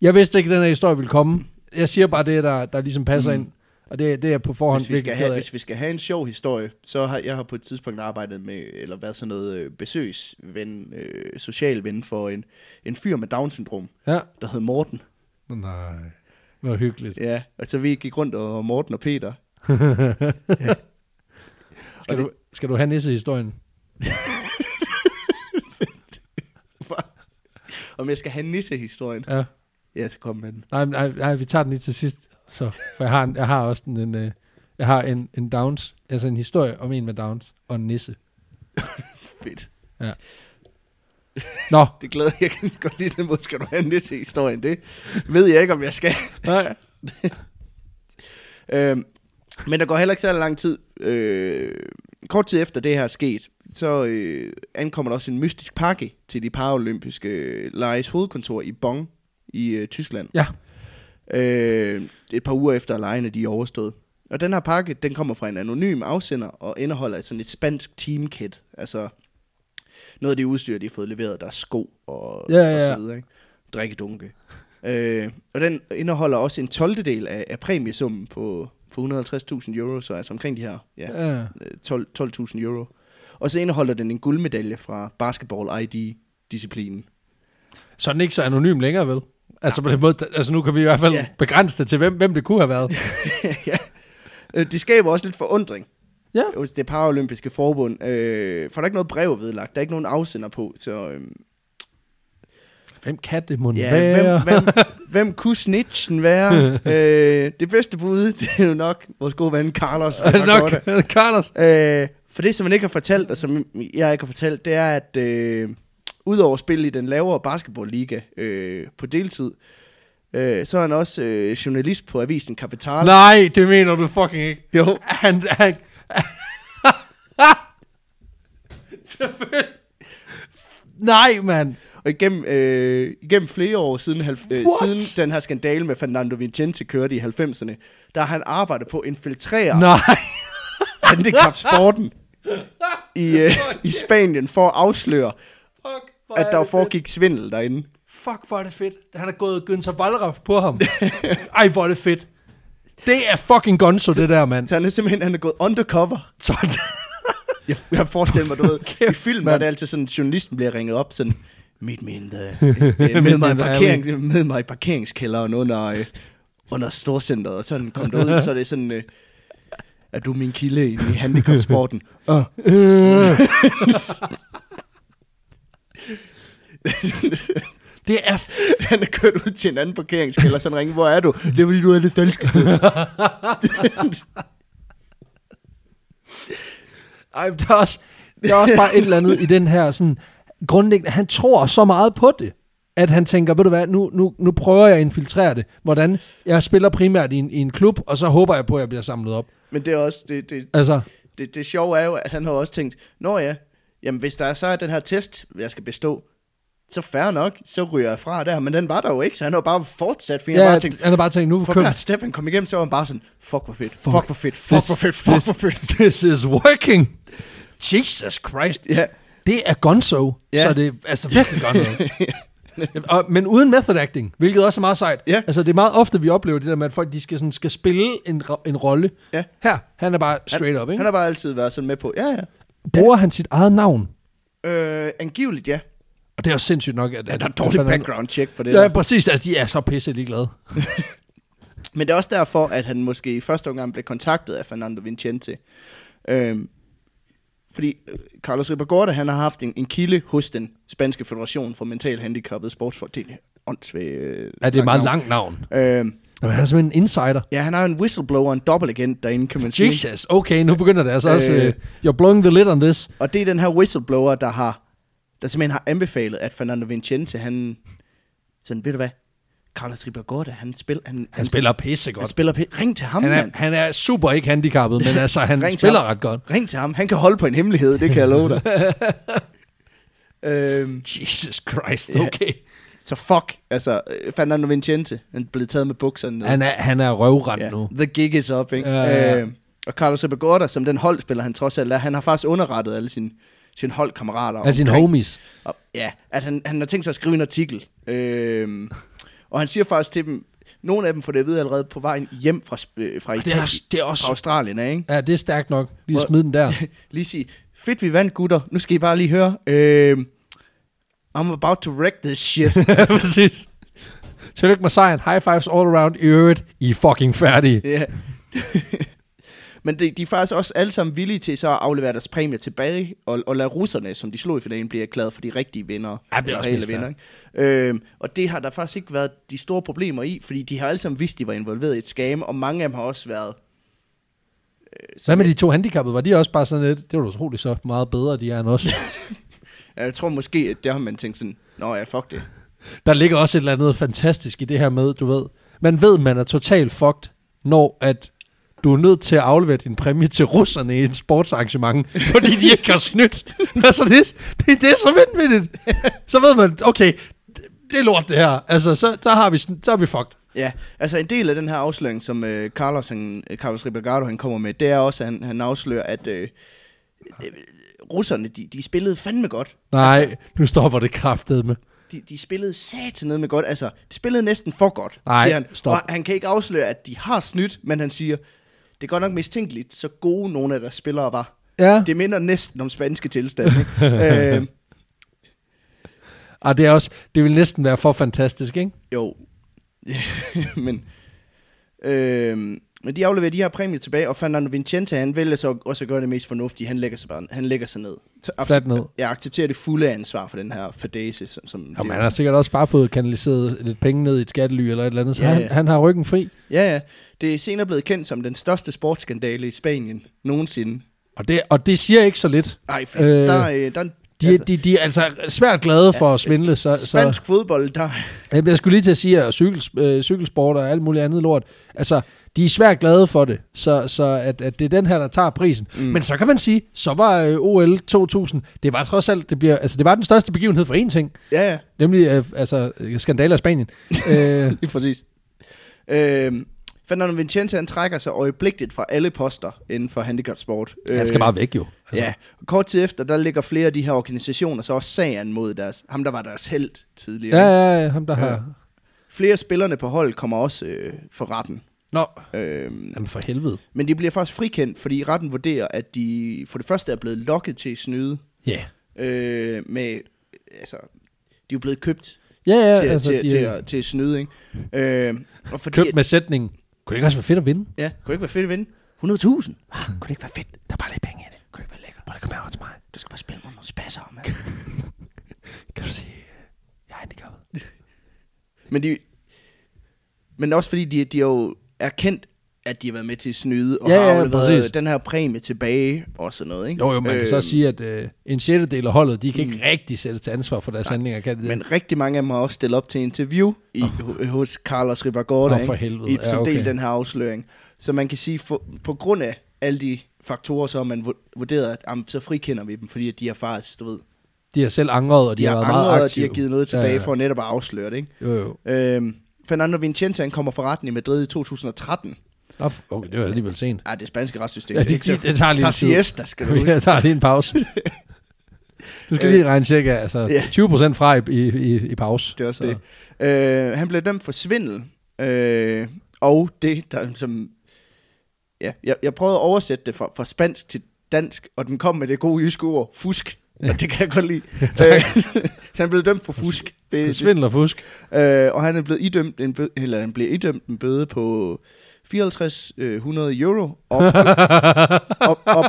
A: Jeg vidste ikke, at den her historie ville komme. Jeg siger bare det, der, der ligesom passer mm. ind. Og det, det er jeg på forhånd
B: Hvis vi,
A: virkelig
B: skal
A: ked
B: have,
A: af.
B: hvis vi skal have en sjov historie, så har jeg har på et tidspunkt arbejdet med, eller været sådan noget øh, besøgsven, øh, social ven for en, en fyr med Down-syndrom,
A: Ja.
B: der hed Morten.
A: Nå, Nej, hvor hyggeligt.
B: Ja, og så vi gik rundt, og Morten og Peter,
A: Skal,
B: Og det-
A: du, skal du have nissehistorien?
B: om jeg skal have nissehistorien.
A: Ja.
B: Ja, så kom med den.
A: Nej, men- nej, nej, vi tager den lige til sidst. Så, for jeg har, en, jeg har også en, en, øh, jeg har en, en Downs, altså en historie om en med Downs og en nisse.
B: Fedt.
A: Nå,
B: Det glæder jeg. Jeg kan godt lide den måde, skal du have en liste historien. Det ved jeg ikke, om jeg skal.
A: nej.
B: [LAUGHS] øhm, men der går heller ikke så lang tid. Øh, kort tid efter det her er sket, så øh, ankommer der også en mystisk pakke til de paralympiske øh, leges hovedkontor i Bonn i øh, Tyskland.
A: ja,
B: Øh, et par uger efter at legene de er overstået. Og den her pakke, den kommer fra en anonym afsender og indeholder sådan et spansk teamkit. Altså noget af det udstyr, de har fået leveret, der er sko og,
A: Ja, ja, ja.
B: og så videre. Ikke? Drikkedunke. Øh, og den indeholder også en 12. del af, af præmiesummen på, på 150.000 euro, så altså omkring de her ja,
A: ja.
B: øh, 12 12.000 euro. Og så indeholder den en guldmedalje fra Basketball ID-disciplinen.
A: Så er den ikke så anonym længere, vel? Altså på den måde, altså nu kan vi i hvert fald
B: Ja.
A: begrænse det til, hvem, hvem det kunne have været.
B: ja. Øh, Det skaber også lidt forundring.
A: Ja.
B: Hos det paralympiske forbund. Øh, for der er ikke noget brev vedlagt. Der er ikke nogen afsender på. Så, øh,
A: Hvem kan det måtte
B: ja,
A: være? [LAUGHS]
B: hvem, hvem, hvem kunne snitchen være? øh, det bedste bud, det er jo nok vores gode ven Carlos.
A: Er det [LAUGHS] nok?
B: Rakota.
A: Er det Carlos?
B: Øh, for det, som man ikke har fortalt, og som jeg ikke har fortalt, det er, at øh, udover at spille i den lavere basketballliga øh, på deltid, øh, så er han også øh, journalist på avisen Capital.
A: Nej, det mener du fucking ikke.
B: Jo.
A: Han, han, [LAUGHS] Selvfølgelig. Nej, mand.
B: Og igennem, øh, igennem flere år siden, halv- øh,
A: What?
B: siden den her skandale med Fernando Vincente kørte i 90'erne, der har han arbejdet på at infiltrere
A: Nej.
B: handicapsporten
A: [LAUGHS]
B: i, øh, i Spanien for at afsløre,
A: Fuck, hvor
B: at
A: er
B: der
A: det fedt.
B: foregik svindel derinde.
A: Fuck, hvor er det fedt. Han er gået Günther Wallraff på
B: [LAUGHS]
A: ham. Ej, hvor er det fedt. Det er fucking gonzo, det der,
B: [LAUGHS]
A: mand.
B: Så han er simpelthen han er gået undercover.
A: Sådan.
B: Jeg, jeg forestiller mig, du ved, i
A: Kæft, [LAUGHS]
B: film er
A: mand.
B: det altid sådan, at journalisten bliver ringet op, sådan, Meet me
A: [LAUGHS]
B: in the, øh, med, mig i
A: the
B: parkering, med mig i parkeringskælderen under, øh, under storcenteret, og sådan kom derud, så er det sådan, øh, er du min kilde i handicapsporten? Uh.
A: Det er... F-
B: [LAUGHS] Han er kørt ud til en anden parkeringskælder, sådan ringe, hvor er du? Det er fordi, du er lidt [LAUGHS] falsket.
A: Ej, men der er, også, der er også bare et eller andet i den her sådan, grundlæggende, han tror så meget på det, at han tænker, ved du hvad, nu, nu, nu prøver jeg at infiltrere det. Hvordan? Jeg spiller primært i en, i en klub, og så håber jeg på, at jeg bliver samlet op.
B: Men det er også, det, det,
A: Altså,
B: det, det sjove er jo, at han har også tænkt, Nå ja, jamen hvis der så er den her test, jeg skal bestå, så fair nok, så ryger jeg fra der. Men den var der jo ikke, så han har jo bare fortsat, fordi ja, han
A: ja,
B: bare tænkt,
A: han har bare tænkt, nu
B: for
A: kører
B: hvert step, han kom igennem, så var han bare sådan, fuck hvor fedt, fuck, fuck hvor fedt, fuck hvor fedt, fuck
A: this,
B: hvor fedt.
A: This is working. Jesus Christ.
B: Ja,
A: Det er gonzo,
B: Ja.
A: så det er altså virkelig
B: [LAUGHS]
A: gonzo. Og, men uden method acting, hvilket også er meget sejt.
B: Ja.
A: Altså, det er meget ofte, vi oplever det der med, at folk de skal, sådan, skal spille en, ro- en rolle.
B: Ja.
A: Her, han er bare straight up, ikke?
B: han har bare altid været sådan med på, ja ja.
A: Bruger han sit eget navn?
B: Øh, angiveligt ja.
A: Og det er også sindssygt nok, at...
B: Ja,
A: at-
B: der er
A: at
B: dårlig
A: fanden-
B: background check på det.
A: Ja,
B: der.
A: præcis. Altså, de er så pisse ligeglade.
B: Men det er også derfor, at han måske i første omgang blev kontaktet af Fernando Vincente. Øhm, fordi øh, Carlos Ribagorda, han har haft en, en kilde hos den spanske federation for mental handicappede sportsfolk. Det er en åndssvag, øh,
A: Ja, det er et meget
B: navn.
A: langt navn.
B: Øhm,
A: Jamen, han er simpelthen en insider.
B: ja, han har en whistleblower, en dobbeltagent derinde, kan man sige.
A: Jesus, okay, nu begynder det altså også...
B: Øh.
A: Øh, you're blowing the lid on this.
B: Og det er den her whistleblower, der har der simpelthen har anbefalet, at Fernando Vincente, han... Sådan, ved du hvad? Carlos Ribagorda, han, spil, han, han,
A: Han spiller pisse
B: han
A: godt.
B: spiller... pe- Ring til Altså, ham,
A: Han
B: mand.
A: er, han er super ikke handicappet,
B: [LAUGHS]
A: men altså, han
B: Ring til
A: spiller
B: ham.
A: ret godt.
B: Ring til ham. Han kan holde på en hemmelighed, det kan jeg love dig. øhm,
A: [LAUGHS] Jesus Christ,
B: Ja.
A: okay.
B: så fuck. Altså, øh, Fernando Vincente, han blev taget med bukserne. ned.
A: Han er, han er røvrendt
B: Ja.
A: nu.
B: The gig is up, ikke?
A: Ja, ja, ja.
B: Øhm, og Carlos Epagorda, som den holdspiller, han trods alt er, han har faktisk underrettet alle sine, sine holdkammerater.
A: Af sine
B: omkring-
A: homies.
B: Og, ja, at han, han har tænkt sig at skrive en artikel. Øhm, og han siger faktisk til dem, nogle af dem får det at vide allerede på vejen hjem fra, sp- øh, fra
A: Det er,
B: Italien,
A: også- det er
B: fra
A: også...
B: Australien, af, ikke?
A: Ja, det er stærkt nok. Lige
B: Hvor-
A: smid den der.
B: lige sige, fedt vi vandt gutter, nu skal I bare lige høre, øh, I'm about to wreck this
A: [LAUGHS] [LAUGHS]
B: shit.
A: Ja, præcis. Tillykke med sejren. High fives all around. I øvrigt, I er fucking færdige.
B: Ja. [LAUGHS] Men de, de er faktisk også alle sammen villige til så at aflevere deres præmier tilbage, og, og lade russerne, som de slog i finalen, blive erklæret for de rigtige vinder.
A: Ja, det er også mest
B: vinder, ikke? Øhm, og det har der faktisk ikke været de store problemer i, fordi de har alle sammen vidst, de var involveret i et skam, og mange af dem har også været... øh,
A: Hvad
B: sådan-
A: med de to handicappede? Var de også bare sådan lidt, det var da utroligt så meget bedre, de er end [LAUGHS] os.
B: Jeg tror måske, at der har man tænkt sådan, nå ja, fuck det.
A: Der ligger også et eller andet fantastisk i det her med, du ved, man ved, man er totalt fucked, når at du er nødt til at aflevere din præmie til russerne i et
B: [LAUGHS]
A: sportsarrangement, fordi de ikke har snydt. altså, det, det, det er så vanvittigt. Så ved man, okay, det, det er lort det her. Altså, så, så, har vi, sn- så er vi fucked.
B: Ja, altså en del af den her afsløring, som øh, Carlos, han, øh, Carlos Ribegardo han kommer med, det er også, at han, han afslører, at øh, øh, russerne, de, de spillede fandme godt.
A: Nej, nu stopper det kraftet med.
B: De, de spillede satanede med godt. Altså, de spillede næsten for godt,
A: Nej,
B: siger han.
A: stop.
B: Og han kan ikke afsløre, at de har snydt, men han siger, det er godt nok mistænkeligt, så gode nogle af deres spillere var.
A: Ja.
B: Det minder næsten om spanske tilstande.
A: [LAUGHS]
B: ikke? øh,
A: Og Ah, det er også, det vil næsten være for fantastisk, ikke?
B: Jo. [LAUGHS] men, øhm, men de afleverer de her præmier tilbage, og Fernando Vincente, han vælger så også at gøre det mest fornuftige. Han lægger sig, bare, han lægger sig ned. Så ac-
A: Fladt ned.
B: Jeg accepterer det fulde ansvar for den her fadese. Som, som
A: Jamen, han har sikkert også bare fået kanaliseret lidt penge ned i et skattely eller et eller andet, så
B: Ja,
A: ja,
B: ja.
A: han, han har ryggen fri.
B: Ja, ja. Det er senere blevet kendt som den største sportsskandale i Spanien nogensinde.
A: Og det, og det siger ikke så lidt.
B: Nej, for
A: Øh,
B: der, øh, der, er-
A: De, altså, de, de er altså svært glade for at svindle, så, så
B: spansk fodbold, der...
A: jeg bliver skulle lige til at sige, at cykel, øh, cykelsport og alt muligt andet lort, altså, de er svært glade for det, så, så at, at det er den her, der tager prisen. Mm. Men så kan man sige, så var øh, OL 2000, det var trods alt, det, bliver, altså, det var den største begivenhed for én ting,
B: [LAUGHS] Ja, ja.
A: nemlig øh, altså, øh, skandaler i [LAUGHS] Spanien. øh,
B: Lige præcis. Øhm, Fernando Vincente, han trækker sig øjeblikkeligt fra alle poster inden for handicapsport.
A: han skal bare væk jo. Altså.
B: Altså. Ja, og kort tid efter, der ligger flere af de her organisationer så også sagen mod deres, ham der var deres held tidligere.
A: Ja,
B: ikke?
A: ja, ja, ham der har...
B: Ja. Flere af spillerne på holdet kommer også øh, for retten.
A: Nå,
B: Øh,
A: jamen for helvede.
B: men de bliver faktisk frikendt, fordi retten vurderer, at de for det første er blevet lokket til at snyde
A: Ja. Yeah.
B: øh, med, altså, de jo blevet købt
A: Ja, ja,
B: til,
A: altså,
B: til,
A: de,
B: til, at, til at snyde, ikke? Øh, og fordi,
A: købt med sætningen. Kunne det ikke også være fedt at vinde?
B: Ja, kunne det ikke være fedt at vinde? 100.000?
A: Ah, kunne det ikke være fedt? Der er bare lidt penge i det. Kunne det ikke være lækkert? Bare det kommer over til mig.
B: Du skal bare spille mod nogle spasser, mand.
A: Kan du sige, øh, jeg er handicappet?
B: Men, de, men også fordi de, de har jo erkendt, at de har været med til at snyde, og
A: Ja,
B: ja, har
A: ja,
B: afleveret
A: præcis.
B: den her præmie tilbage, og sådan noget, ikke?
A: Jo, jo, man øh, kan så
B: Øhm,
A: sige, at øh, en sjettedel af holdet, de kan ikke rigtig sættes til ansvar for deres handlinger, kan de det?
B: mm. Men rigtig mange af dem har også stillet op til interview i, oh. hos Carlos Ribagorda,
A: Åh, for
B: ikke?
A: helvede.
B: i, som
A: Ja, okay.
B: del af den her afsløring. Så man kan sige, for, på grund af alle de faktorer, så har man vu- vurderet, at jamen, så frikender vi dem, fordi at de har faktisk, du ved, de,
A: De har selv angret, og de,
B: de har
A: har været meget
B: angret, og de
A: aktive.
B: har givet noget tilbage ja, ja. for netop at afsløre det, ikke?
A: Jo, jo.
B: Øhm, Fernando Vincente, han kommer fra retten i Madrid i 2013.
A: Nå, f- okay, det var alligevel sent.
B: Ej, det spanske retssystem.
A: Ja, det,
B: ikke så-
A: det, det tager lige
B: Der er
A: en tid.
B: siesta,
A: [LAUGHS]
B: skal du huske.
A: Jeg tager lige en
B: [LAUGHS]
A: pause. Du skal lige regne cirka altså,
B: Ja.
A: 20% fra i, i, i, i pause.
B: Det er også
A: Så-
B: det. Øh, han blev dømt for svindel. Øh, og det, der som... Ja, jeg, jeg prøvede at oversætte det fra, fra spansk til dansk, og den kom med det gode jyske ord, fusk. Og det kan jeg
A: [LAUGHS]
B: godt lide. øh, [LAUGHS] så han blev dømt for fusk. Det, det,
A: Svindel og fusk.
B: Øh, og han er blevet idømt en bøde, eller han blev idømt en bøde på 54 øh, 100 euro, og,
A: [LAUGHS]
B: og, og,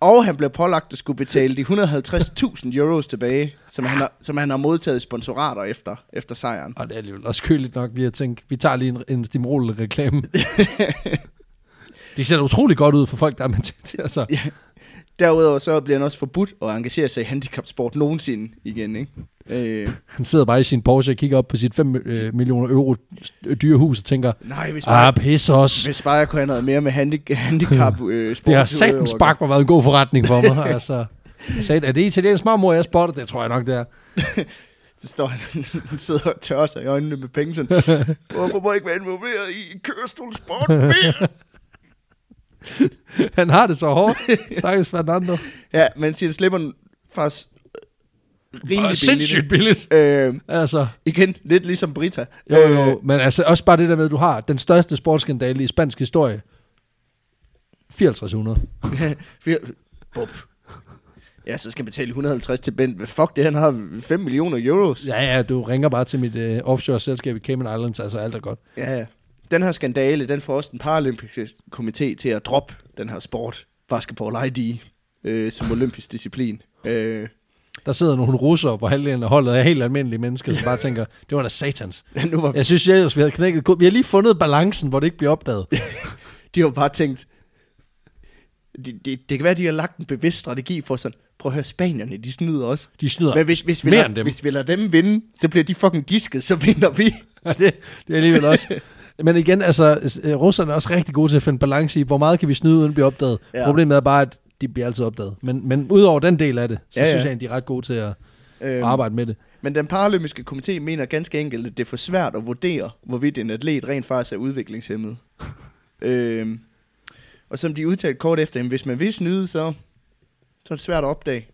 B: og, han blev pålagt at skulle betale de 150.000 euros tilbage, som han, har, som han har modtaget i sponsorater efter, efter sejren.
A: Og det er alligevel også køligt nok lige at tænke, vi tager lige en, en
B: [LAUGHS]
A: stimulreklame. De ser da utrolig godt ud for folk, der er med til det. Altså,
B: Ja. Derudover så bliver han også forbudt at engagere sig i handicapsport nogensinde igen, ikke? Øh,
A: han sidder bare i sin Porsche og kigger op på sit 5 øh, millioner euro st- dyre hus og tænker,
B: nej, hvis bare,
A: ah, pis os.
B: hvis bare jeg kunne have noget mere med handi- handicap øh, sport.
A: Det har satans spark mig været en god forretning for [LAUGHS] mig. altså, jeg sagde, er det italiensk marmor, jeg spotter? Det tror jeg nok, det er.
B: Så står han [LAUGHS] han sidder og tørrer sig i øjnene med
A: [LAUGHS]
B: penge sådan, Hvorfor må jeg ikke være involveret i kørestolsport mere?
A: Han har det så [LAUGHS] hårdt. Stakkels Fernando.
B: ja, men siger, det slipper den faktisk øh, rimelig
A: Bare
B: billigt.
A: sindssygt billigt.
B: Øh,
A: Altså,
B: igen, lidt ligesom Brita.
A: jo, jo, men altså også bare det der med, at du har den største sportsskandale i spansk historie. 5400.
B: Øh, [LAUGHS] fir- Bup. Ja, så skal jeg betale 150 til Bent. Hvad fuck det, han har 5 millioner euros.
A: Ja, ja, du ringer bare til mit øh, offshore-selskab i Cayman Islands, altså alt er godt.
B: Ja, ja. Den her skandale, den får også den paralympiske komité til at droppe den her sport, basketball ID, øh, som olympisk disciplin. Øh, [LAUGHS]
A: Der sidder nogle russere på halvdelen af holdet af helt almindelige mennesker, som bare tænker, det var da satans.
B: nu var
A: Jeg synes, ellers vi havde knækket ko- Vi har lige fundet balancen, hvor det ikke bliver opdaget.
B: De har jo bare tænkt, det, det, det kan være, de har lagt en bevidst strategi for sådan, prøv at høre, spanierne, de snyder også.
A: De snyder [LAUGHS]
B: Men hvis, hvis, vi
A: mere
B: lader,
A: end dem.
B: hvis vi lader dem vinde, så bliver de fucking disket, så vinder vi.
A: Ja, det, det er alligevel også. Men igen, altså, øh, russerne er også rigtig gode til at finde balance i, hvor meget kan vi snyde, uden at blive opdaget. Ja.
B: Ja.
A: Problemet er bare, at de bliver altid opdaget. Men, men udover den del af det, så ja,
B: Ja,
A: ja.
B: ja.
A: synes jeg, at de er ret gode til at
B: Øhm,
A: arbejde med det.
B: Men den paralympiske komité mener ganske enkelt, at det er for svært at vurdere, hvorvidt en atlet rent faktisk er
A: [LAUGHS]
B: udviklingshemmet. øhm, og som de udtalte kort efter, jamen, hvis man vil snyde, så, så er det svært at opdage.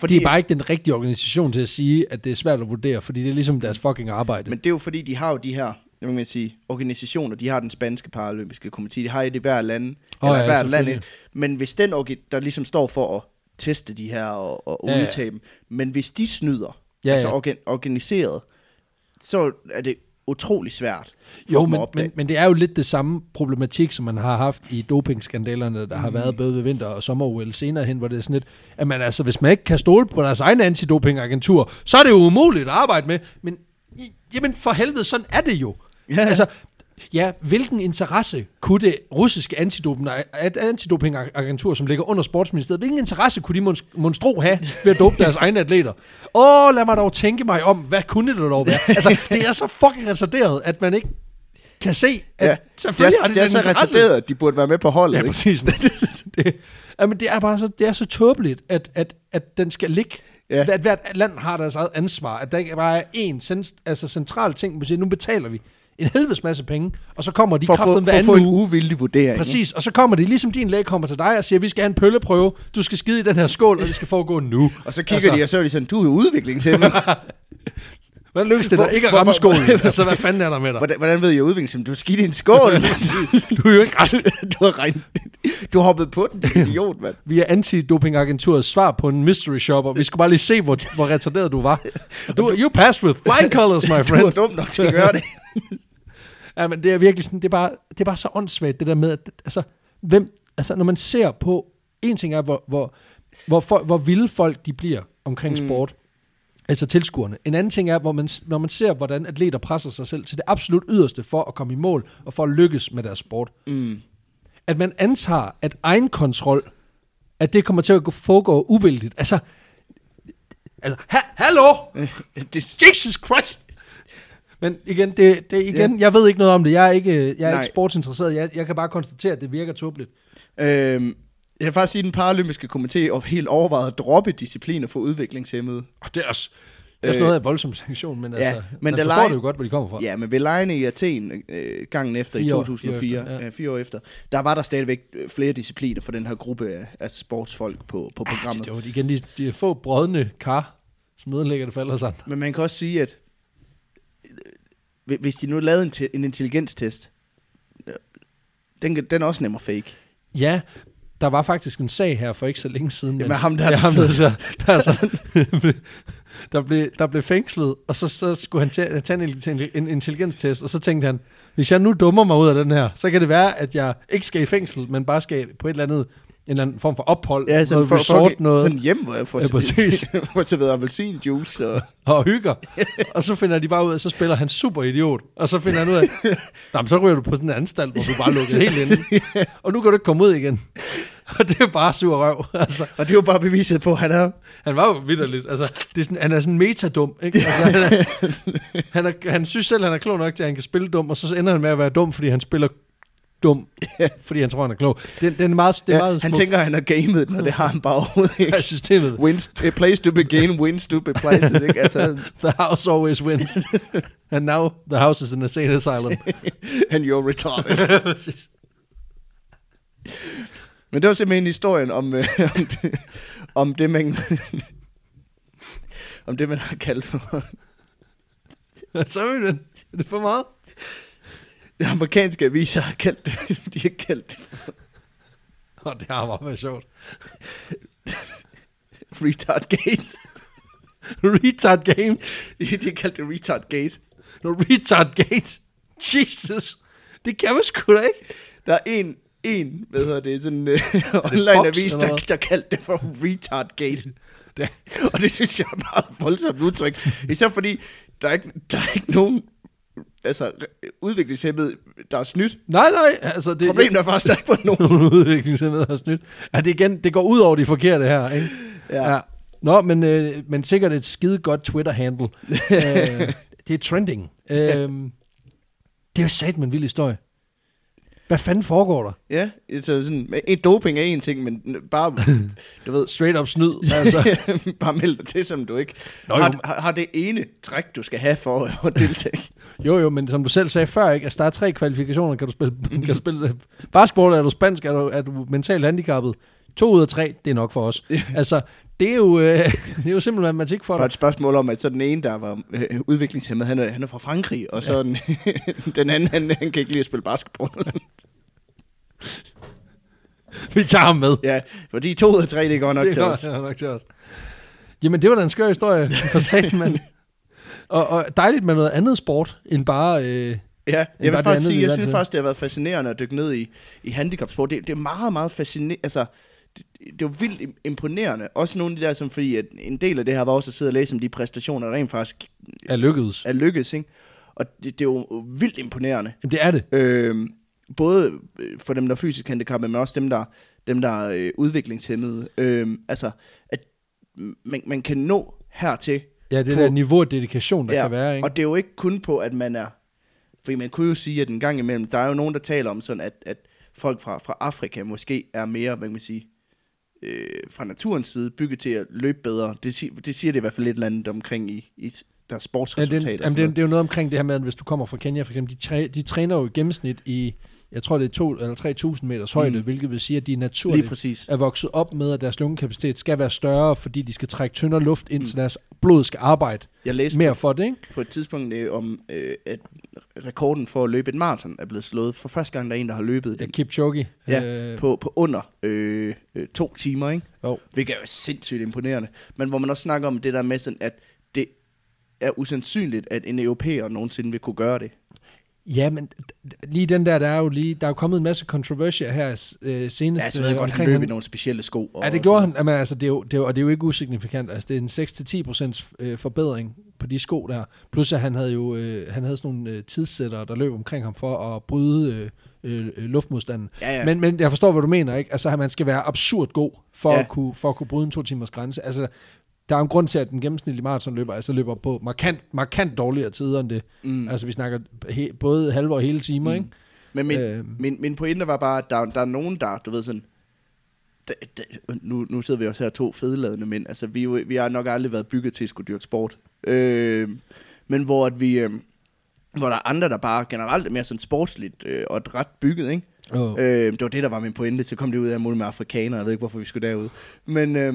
A: Fordi det er bare ikke den rigtige organisation til at sige, at det er svært at vurdere, fordi det er ligesom deres fucking arbejde.
B: Men
A: Men,
B: det er jo fordi, de har jo de her hvad kan man sige, organisationer, de har den spanske paralympiske komité, de har i det hver land,
A: Åh,
B: oh,
A: ja,
B: eller ja, hvert land,
A: selvfølgelig.
B: ikke? men hvis den orgi- der ligesom står for at teste de her og, og
A: Ja, ja.
B: udtage dem, men hvis de snyder,
A: Ja,
B: ja, altså
A: ja.
B: Organ- organiseret, så er det utrolig svært for
A: jo,
B: dem at
A: men,
B: opdage.
A: men, men det er jo lidt det samme problematik, som man har haft i dopingskandalerne, der har
B: Mm.
A: været både ved vinter- og sommer senere hen, hvor det er sådan lidt, at man, altså, hvis man ikke kan stole på deres egen antidopingagentur, så er det jo umuligt at arbejde med. Men i- jamen for helvede, sådan er det jo.
B: Ja.
A: Altså, ja, hvilken interesse kunne det russiske antidoping- at- antidopingagentur, som ligger under sportsministeriet, hvilken interesse kunne de monst- monstro have ved at dope deres egne atleter? Åh, oh, lad mig dog tænke mig om, hvad kunne det dog være? altså, det er så fucking retarderet, at man ikke kan se, at ja.
B: ja,
A: selvfølgelig
B: det er,
A: har de
B: det er
A: den
B: så
A: interesse.
B: retarderet, at de burde være med på holdet.
A: Ja,
B: ikke?
A: præcis.
B: [LAUGHS]
A: Men det, det, jamen, det er bare så, det er så tåbeligt, at, at, at den skal ligge. Ja.
B: Ja.
A: At hvert land har deres eget ansvar. At der ikke bare er én cens, altså, central ting, man siger, nu betaler vi en helvedes masse penge, og så kommer de
B: For at få,
A: kraften
B: for
A: hver
B: at få
A: anden
B: en
A: uge.
B: uvildig vurdering. ikke?
A: Præcis, og så kommer de, ligesom din læge kommer til dig og siger, vi skal have en pølleprøve, du skal skide i den her skål, og det skal foregå nu. Altså,
B: Og så kigger altså, de, og så er de sådan, du er udviklingshemmet.
A: Hvordan lykkes det, der
B: Hvor-
A: ikke at
B: hvor-
A: ramme
B: hvor- hvor-
A: skålen?
B: [LAUGHS]
A: Altså, hvad fanden er der med dig?
B: Hvordan, hvordan ved jeg udviklingen? Du har skidt i en skål.
A: [LAUGHS] Du er jo ikke altså, rask.
B: [LAUGHS] du har regnet. Du har hoppet på den, du idiot, mand.
A: Vi er antidopingagenturets svar på en mystery shopper. Vi skulle bare lige se, hvor, hvor retarderet du
B: [LAUGHS]
A: var. Du, you passed with flying colors, my
B: Du er
A: friend.
B: dum nok til at
A: [LAUGHS]
B: gøre det.
A: Ja, men det er virkelig sådan, det er bare, det er bare så åndssvagt, det der med, at, altså, hvem, altså, når man ser på, en ting er, hvor, hvor, hvor, folk, hvor vilde folk de bliver omkring mm. sport, altså tilskuerne. En anden ting er, hvor man, når man ser, hvordan atleter presser sig selv til det absolut yderste for at komme i mål, og for at lykkes med deres sport. Mm. At man antager, at egenkontrol, at det kommer til at gå- foregå uvildigt. Altså, altså ha- hallo!
B: det
A: Jesus Christ! Men igen, det, det igen, jeg ved ikke noget om det. Jeg er ikke, jeg er
B: Nej.
A: ikke sportsinteresseret. Jeg, jeg kan bare konstatere, at det virker tåbeligt.
B: øhm, jeg vil faktisk sige, at den paralympiske komité og helt overvejet at droppe discipliner for udviklingshemmede.
A: Og det er også, det er også
B: Øh,
A: noget af en voldsom sanktion, men ja, altså,
B: men
A: man
B: der
A: forstår
B: leg-
A: det jo godt, hvor de kommer fra.
B: Ja, men ved lejene i Athen øh, gangen efter i
A: Fire år-
B: 2004,
A: fire år
B: fire
A: efter,
B: år, efter, ja. fire år efter, der var der stadigvæk øh, flere discipliner for den her gruppe af, af sportsfolk på, på
A: Ah,
B: programmet.
A: det, det var igen de, de få brødne kar, som ødelægger det for alle os andre.
B: Men man kan også sige, at øh, hvis de nu lavede en, te- en intelligenstest, øh, den, kan- den er også nem at fake.
A: Ja, der var faktisk en sag her for ikke så længe siden.
B: Jamen, ham der,
A: ja,
B: der
A: ham der,
B: sidder-
A: der, der,
B: [LAUGHS]
A: der, der, blev, der blev fængslet, og så, så skulle han tage, tage en, intelli- en intelligenstest, og så tænkte han, hvis jeg nu dummer mig ud af den her, så kan det være, at jeg ikke skal i fængsel, men bare skal på et eller andet, en eller anden form for ophold, ja, noget
B: for- for-
A: resort, noget,
B: sådan hjem, hvor jeg får,
A: Ja,
B: [LAUGHS]
A: præcis.
B: får serveret appelsinjuice. Og,
A: og hygger. og så finder de bare ud af, så spiller han super idiot. Og så finder han
B: [LAUGHS]
A: ud af, "Nå, men så ryger du på sådan en anstalt, hvor du bare er lukket helt
B: [LAUGHS]
A: inde. Og nu kan du ikke komme ud igen. Og det er bare sur røv. Altså,
B: og det er jo bare beviset på, at han er...
A: han var jo vidderligt. Altså, det er sådan, han er sådan metadum. Ikke? Altså, han, er,
B: [LAUGHS]
A: han, er, han synes selv, han er klog nok til, at han kan spille dum, og så ender han med at være dum, fordi han spiller dum, fordi han tror, han er klog. Den, den er meget, det er meget
B: Ja, han
A: smukt.
B: tænker, at han har gamet den, og det har han bare overhovedet ikke.
A: Ja, systemet.
B: Win, a place to begin, win stupid places, ikke? Altså,
A: The house always wins. And now the house is in a sane
B: [LAUGHS]
A: asylum.
B: and you're retarded. Men det var simpelthen historien om, øh, om, det, om det, man... om det, man har kaldt for
A: Så er vi den. Er det for meget?
B: de amerikanske aviser har kaldt det, de har kaldt det
A: Og det har bare været sjovt.
B: retard gays.
A: Retard Games.
B: De har kaldt det retard gays.
A: No, Retard Gates. Jesus. Det kan man sgu da ikke.
B: Der er en, en, hvad hedder det, sådan
A: [LAUGHS]
B: en øh, online avis,
A: eller
B: der,
A: hvad?
B: der kaldte det for retard gays.
A: Det,
B: Og det synes jeg er meget voldsomt udtryk. Især fordi, der er ikke, der er ikke nogen altså, udviklingshemmede, der er snydt.
A: nej, nej. Altså, det,
B: Problemet er faktisk, der ikke
A: [LAUGHS]
B: var nogen.
A: nogen udviklingshemmede har snydt. Ja, det, igen, det går ud over de forkerte her, ikke?
B: Ja.
A: Nå, men, øh, men sikkert et skide godt [LAUGHS] Twitter-handle. øh, det er trending. Øh, det er jo sat med en vild historie. Hvad fanden foregår der?
B: Ja, altså sådan, en doping er en ting, men bare, du ved,
A: Straight up snyd. [LAUGHS] Altså,
B: [LAUGHS] bare meld dig til, som du ikke
A: Nå,
B: Nå,
A: jo.
B: har, har, har, det ene træk, du skal have for at deltage.
A: Jo, jo, men som du selv sagde før, ikke? Altså, der er tre kvalifikationer. Kan du spille, [LAUGHS] kan du spille øh, basketball? Er du spansk? Er du, er du mentalt handicappet? To ud af tre, det er nok for os. Altså, det er jo, øh, [LAUGHS] det er jo simpelthen matematik for
B: Bare
A: dig.
B: et spørgsmål om, at så den ene, der var øh, udviklingshemmet, han er, han er fra Frankrig, og så ja. den, [LAUGHS] den anden, han, han kan ikke lide at spille
A: [LAUGHS]
B: basketball.
A: Vi tager ham med.
B: ja, fordi to ud af tre, det går nok
A: Det
B: til
A: er
B: os.
A: nok, nok til os. Jamen, det var da en skør
B: [LAUGHS]
A: historie for sagt, mand. Og, og dejligt med noget andet sport, end bare... Øh,
B: Ja, jeg
A: bare
B: vil
A: det
B: faktisk
A: andet, vi
B: sige,
A: er
B: jeg
A: vant
B: synes
A: til.
B: faktisk, det har været fascinerende at dykke ned i, i handicapsport. Det, det er meget, meget fascinerende, altså, det, det er jo vildt im- imponerende. Også nogle af de der, som, fordi at en del af det her var også at sidde og læse om de præstationer, der rent faktisk
A: er lykkedes.
B: er lykkedes, ikke? Og det, det er jo vildt imponerende.
A: Jamen, det er det.
B: Øh, både øh, for dem, der er fysisk handicappede, men også dem, der, dem, der er øh, udviklingshemmede. Øh, altså, at man, man kan nå hertil.
A: Ja, det
B: på-
A: der niveau af dedikation, der ja,
B: Ja,
A: kan være, ikke?
B: Og det er jo ikke kun på, at man er... Fordi man kunne jo sige, at en gang imellem, der er jo nogen, der taler om sådan, at, at folk fra, fra Afrika måske er mere, hvad kan man sige, øh, fra naturens side, bygget til at løbe bedre. Det, si- det siger det i hvert fald et eller andet omkring i, i deres
A: Ja, det,
B: sportsresultater.
A: er-
B: og
A: jamen,
B: sådan
A: det, er- det er jo noget omkring det her med, at hvis du kommer fra Kenya for eksempel, de, træ, de træner jo i gennemsnit i, jeg tror det er 2 eller 3.000 meters højde, mm. hvilket vil sige, at de
B: noget. Lige
A: naturligt
B: præcis.
A: er vokset op med, at deres lungekapacitet skal være større, fordi de skal trække tyndere luft ind, mm. så deres blod skal arbejde
B: Jeg læste
A: mere for det, ikke?
B: på et tidspunkt øh, om, øh, at rekorden for at løbe et maraton er blevet slået. For første gang der er en, der har løbet
A: Ja,
B: den
A: Kipchoge.
B: Ja,
A: Øh,
B: på, på under øh, øh, to timer, ikke?
A: Jo.
B: Hvilket er jo sindssygt imponerende. Men hvor man også snakker om det der med, sådan, at det er usandsynligt, at en europæer nogensinde vil kunne gøre det.
A: ja, men d- d- lige den der, der er jo lige, der er jo kommet en masse kontroversier her øh, senest.
B: Ja, så ved jeg
A: øh,
B: godt, han
A: omkring
B: løb i nogle specielle sko. Og
A: Ja, det gjorde han, Jamen, altså, det er jo, det er jo, og det er jo ikke usignifikant. Altså, det er en 6-10% øh, forbedring på de sko der. Plus at han havde jo øh, han havde sådan nogle øh, tidssættere, der løb omkring ham for at bryde øh, øh, øh, luftmodstanden.
B: Ja, ja.
A: Men, men jeg forstår, hvad du mener, ikke? Altså, at man skal være absurd god for,
B: Ja.
A: ja. at, kunne, for at kunne bryde en to timers grænse. Altså, der er jo en grund til, at den gennemsnitlige maratonløber altså løber på markant, markant dårligere tider end det. Mm. Altså, vi snakker he, både halve og hele timer, mm. ikke?
B: Men min, øh...
A: Øh.
B: min, min pointe var bare, at der, der er nogen, der, du ved sådan, da, da, nu, nu sidder vi også her to fedeladende mænd, altså vi, er jo- vi har nok aldrig været bygget til at skulle dyrke sport. Øh, men hvor at vi, øh, hvor der er andre, der bare generelt er mere sådan sportsligt øh, og ret bygget, ikke?
A: Og,
B: Øh, det var det, der var min pointe. Så kom det ud af mål med afrikanere. Jeg ved ikke, hvorfor vi skulle derud. Men, øh,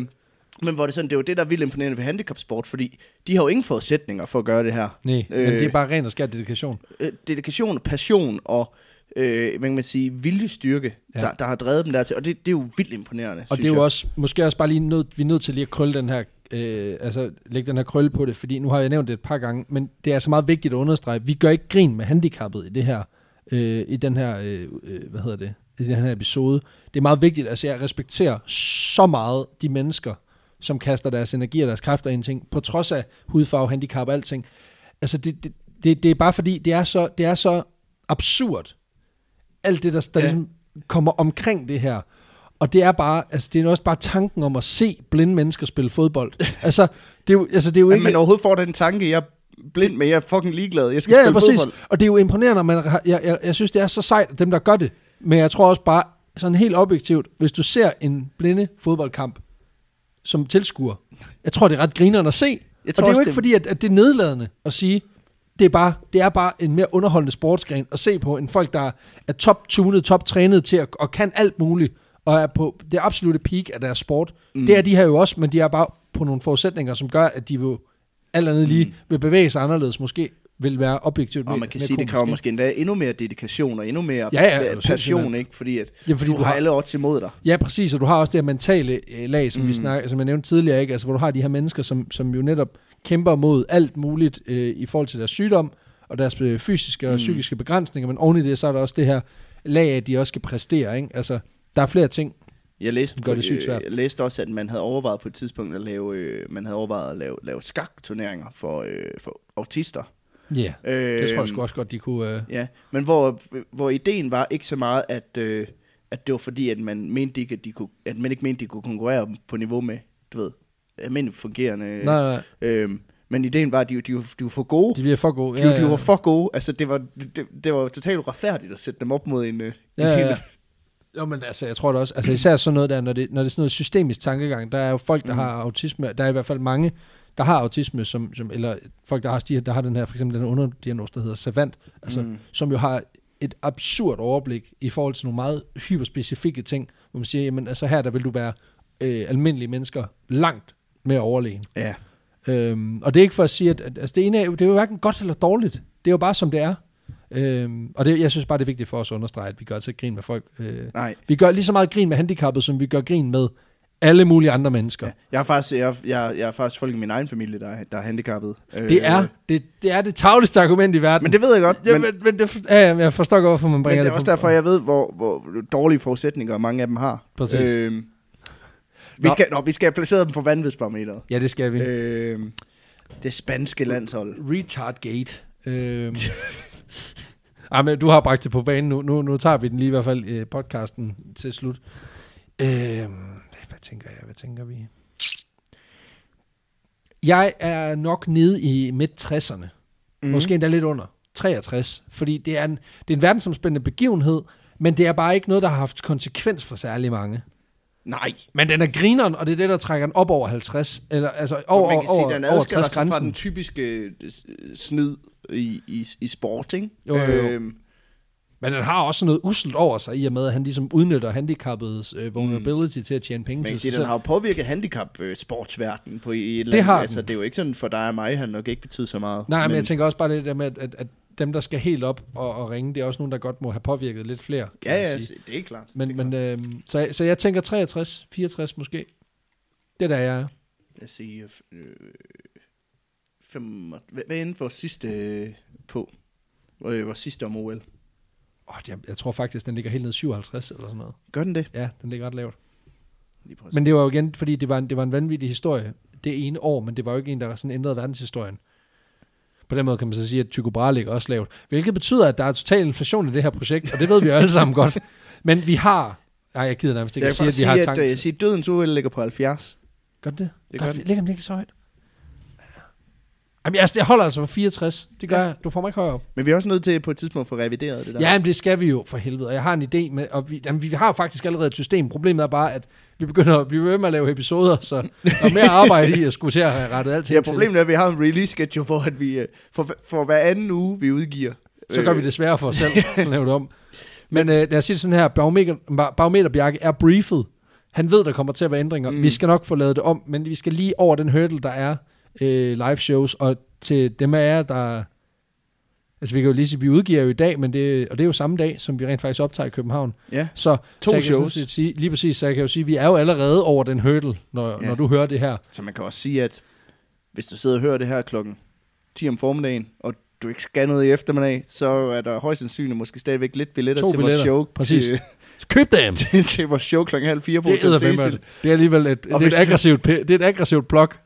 B: men hvor det, sådan, det var det, der er vildt imponerende ved handicapsport, fordi de har jo ingen forudsætninger for at gøre det her.
A: Nej, øh, men det er bare ren og skær dedikation.
B: øh, dedikation, passion og øh, hvad kan man sige, viljestyrke, ja.
A: Ja.
B: der, der har drevet dem dertil. Og det, det er jo vildt imponerende,
A: Og det
B: synes
A: er jo
B: jeg.
A: også, måske også bare lige nødt, vi er nødt til lige at krølle den her, øh, altså lægge den her krølle på det, fordi nu har jeg nævnt det et par gange, men det er altså meget vigtigt at understrege, vi gør ikke grin med handicappet i det her, øh, i den her, øh, øh, hvad hedder det, i den her episode. Det er meget vigtigt, altså jeg respekterer så meget de mennesker, som kaster deres energi og deres kræfter ind i ting, på trods af hudfarve, handicap og alting. Altså det, det, det, det er bare fordi, det er så, det er så absurd, alt det, der, der
B: Ja.
A: ja. ligesom kommer omkring det her. Og det er bare, altså det er også bare tanken om at se blinde mennesker spille
B: [LAUGHS]
A: fodbold. altså, det er jo, altså, det er jo
B: At
A: ikke...
B: man overhovedet får den tanke, jeg er blind, men jeg er fucking ligeglad. Jeg skal
A: ja, ja,
B: spille
A: præcis.
B: fodbold.
A: Og det er jo imponerende, og man har, jeg, jeg, jeg synes, det er så sejt, at dem, der gør det. Men jeg tror også bare, sådan helt objektivt, hvis du ser en blinde fodboldkamp som tilskuer, jeg tror, det er ret grinerende at se.
B: Jeg
A: Jeg
B: tror
A: tror og det er
B: også,
A: jo ikke
B: det-
A: fordi, at, at det er nedladende at sige, det er, bare, det er bare en mere underholdende sportsgren at se på, end folk, der er top-tunet, top-trænet til at, og kan alt muligt, og er på det absolute peak af deres sport. Mm. Det er de her jo også, men de er bare på nogle forudsætninger, som gør, at de jo alt andet lige mm. vil bevæge sig anderledes, måske vil være objektivt.
B: Og
A: mere-
B: man kan
A: mere
B: sige, det
A: komisk,
B: kræver
A: ikke?
B: måske endda endnu mere dedikation og endnu mere
A: Ja, ja,
B: øh,
A: jo,
B: passion,
A: simpelthen.
B: ikke? Fordi, at
A: Ja, fordi
B: du,
A: du
B: har
A: har-
B: alle odds imod dig.
A: Ja, præcis, og du har også det her mentale øh, lag, som, mm. vi snakker, som jeg nævnte tidligere, ikke? Altså, hvor du har de her mennesker, som, som jo netop kæmper mod alt muligt øh, i forhold til deres sygdom og deres øh, fysiske
B: Mm.
A: og psykiske begrænsninger, men oven i det, så er der også det her lag af, at de også skal præstere. Ikke? Altså, der er flere ting.
B: Jeg læste,
A: Det gør det sygt svært.
B: Øh, jeg læste også, at man havde overvejet på et tidspunkt at lave, øh, man havde overvejet at lave, lave skakturneringer for, øh, for autister.
A: Ja, yeah. øh, det tror jeg
B: Øhm,
A: sgu også godt, de kunne... Øh,
B: Ja, men hvor, hvor ideen var ikke så meget, at, øh, at det var fordi, at man, mente ikke, at, de kunne, at man ikke mente, at de kunne konkurrere på niveau med, du ved, almindeligt fungerende.
A: nej, nej,
B: Øh, men ideen var, at de, de, var- de var for gode.
A: de bliver for gode.
B: De, ja, ja. de var for gode. Altså, det var, det, det var totalt uretfærdigt at sætte dem op mod en... øh, en
A: Ja, ja,
B: hel-
A: ja. Jo, men altså, jeg tror det også, altså især sådan noget der, når det, når det er sådan noget systemisk tankegang, der er jo folk, der mm. har autisme, der er i hvert fald mange, der har autisme, som, som eller folk, der har, de- der har den her, for eksempel den her underdiagnose, der hedder savant, altså, mm. som jo har et absurd overblik i forhold til nogle meget hyperspecifikke ting, hvor man siger, jamen altså her, der vil du være øh, almindelige mennesker langt mere overlegen.
B: ja.
A: Øhm, og det er ikke for at sige, at, at altså det, ene er, jo- det er jo hverken godt eller dårligt. Det er jo bare, som det er. Øhm, og det, jeg synes bare, det er vigtigt for os at understrege, at vi gør altså ikke grin med folk. Øh,
B: Nej.
A: vi gør lige så meget grin med handicappet, som vi gør grin med alle mulige andre mennesker.
B: Ja. Jeg har faktisk, jeg, jeg, jeg har faktisk folk i min egen familie, der, er- der er handicappede. Øh,
A: Det, er, det, det er det tavligste argument i verden.
B: Men det ved jeg godt.
A: ja,
B: men,
A: men, men, det, for- ja, ja, jeg forstår godt, hvorfor man
B: men
A: bringer
B: det er
A: på-
B: også derfor, jeg ved, hvor, hvor dårlige forudsætninger mange af dem har.
A: Præcis.
B: Øhm, vi,
A: Nå.
B: skal, nå, vi skal have placeret dem på vanvidsbarometeret.
A: Ja, det skal vi. Øh.
B: Øhm, det spanske landshold.
A: Retardgate. [LAUGHS] Øhm. Ej, men du har bragt det på banen nu. Nu, nu tager vi den lige i hvert fald øh, podcasten til slut. Øhm, hvad tænker jeg? Hvad tænker vi? Jeg er nok nede i midt-60'erne.
B: Mhm.
A: Mm. Måske endda lidt under. 63. Fordi det er, en, det er en verdensomspændende begivenhed, men det er bare ikke noget, der har haft konsekvens for særlig mange.
B: Mm. Nej.
A: Men den er grineren, og det er det, der trækker den op over 50. Eller, altså over,
B: Over, man kan
A: over,
B: sige, den
A: over
B: adskiller
A: 60
B: sig fra
A: grænsen.
B: den typiske øh, s- snyd i, i, i sport, ikke?
A: Jo, jo, jo.
B: Øhm,
A: Men den har også noget uselt over sig, i og med, at han ligesom udnytter handicappedes øh, vulnerability mm. til at tjene penge
B: Men
A: til
B: det,
A: sig
B: den
A: selv.
B: har jo påvirket handicap-sportsverdenen på i et eller
A: Det
B: andet-
A: har den.
B: Altså, det er jo ikke sådan for dig og mig, han nok ikke betyder så meget.
A: Nej, men, men jeg tænker også bare det der med, at, at, at dem, der skal helt op og, og ringe, det er også nogen, der godt må have påvirket lidt flere, kan
B: Ja,
A: man
B: ja,
A: sige.
B: se, det er klart.
A: Men,
B: det er
A: men
B: klart.
A: øh, så, så jeg tænker 63, 64 måske. Det er der, jeg er.
B: Lad os sige... øh, Øh, fem, hvad, hvad endte vores sidste øh, på? Øh, vores sidste om OL.
A: Oh, jeg, jeg tror faktisk, den ligger helt ned i 57 eller sådan noget.
B: Gør den det?
A: Ja, den ligger ret lavt.
B: Lige prøv at se.
A: Men det var jo igen, fordi det var en, det var en vanvittig historie det ene år, men det var jo ikke en, der sådan ændrede verdenshistorien. På den måde kan man så sige, at Tycho Brahe ligger også lavt. Hvilket betyder, at der er total inflation i det her projekt, og det ved vi jo alle sammen
B: [LAUGHS]
A: godt. Men vi har... Nej, jeg gider nærmest ikke
B: jeg
A: at
B: kan
A: sige,
B: bare
A: at vi har
B: sige,
A: tanken.
B: at, øh, sige, at dødens OL ligger på 70.
A: Gør den det?
B: Det
A: Der
B: gør
A: er-
B: den.
A: Ligger den ikke så højt? Jamen, jeg, jeg holder altså på 64. Det gør
B: Ja.
A: ja. jeg. Du får mig ikke højere op.
B: Men vi er også nødt til på et tidspunkt at få revideret det der.
A: Ja, men det skal vi jo, for helvede. Og jeg har en idé med... Og vi, jamen, vi har jo faktisk allerede et system. Problemet er bare, at vi begynder at blive ved med at lave episoder, så der er mere arbejde i at skulle til at have rettet alting
B: Ja,
A: til.
B: problemet er, at vi har en release schedule, hvor at vi, øh, for, for hver anden uge, vi udgiver.
A: Så gør vi det sværere for os selv at lave det om. Men øh, lad os sige det sådan her. Barometer, ba- barometerbjarke er briefet. Han ved, der kommer til at være ændringer.
B: Mm.
A: Mm. Vi skal nok få lavet det om, men vi skal lige over den hurdle, der er øh, live shows. Og til dem af jer, der... Altså vi kan jo lige sige, vi udgiver jo i dag, men det, og det er jo samme dag, som vi rent faktisk optager i København.
B: Ja,
A: Så,
B: To
A: så jeg kan
B: shows.
A: sådan set sige, lige præcis, så jeg kan jo sige, vi er jo allerede over den hurdle, når,
B: Ja.
A: ja. når du hører det her.
B: så man kan også sige, at hvis du sidder og hører det her klokken 10 om formiddagen, og du ikke skal noget i eftermiddag, så er der højst sandsynligt måske stadigvæk lidt billetter
A: To
B: til vores
A: billetter,
B: show.
A: præcis.
B: Til,
A: Så køb dem!
B: [LAUGHS] til, til vores show klokken halv fire på
A: Det
B: Hotel
A: er, med
B: Cecil.
A: det. det er alligevel et, det er
B: hvis
A: et
B: du-
A: aggressivt, p- det er et aggressivt plok.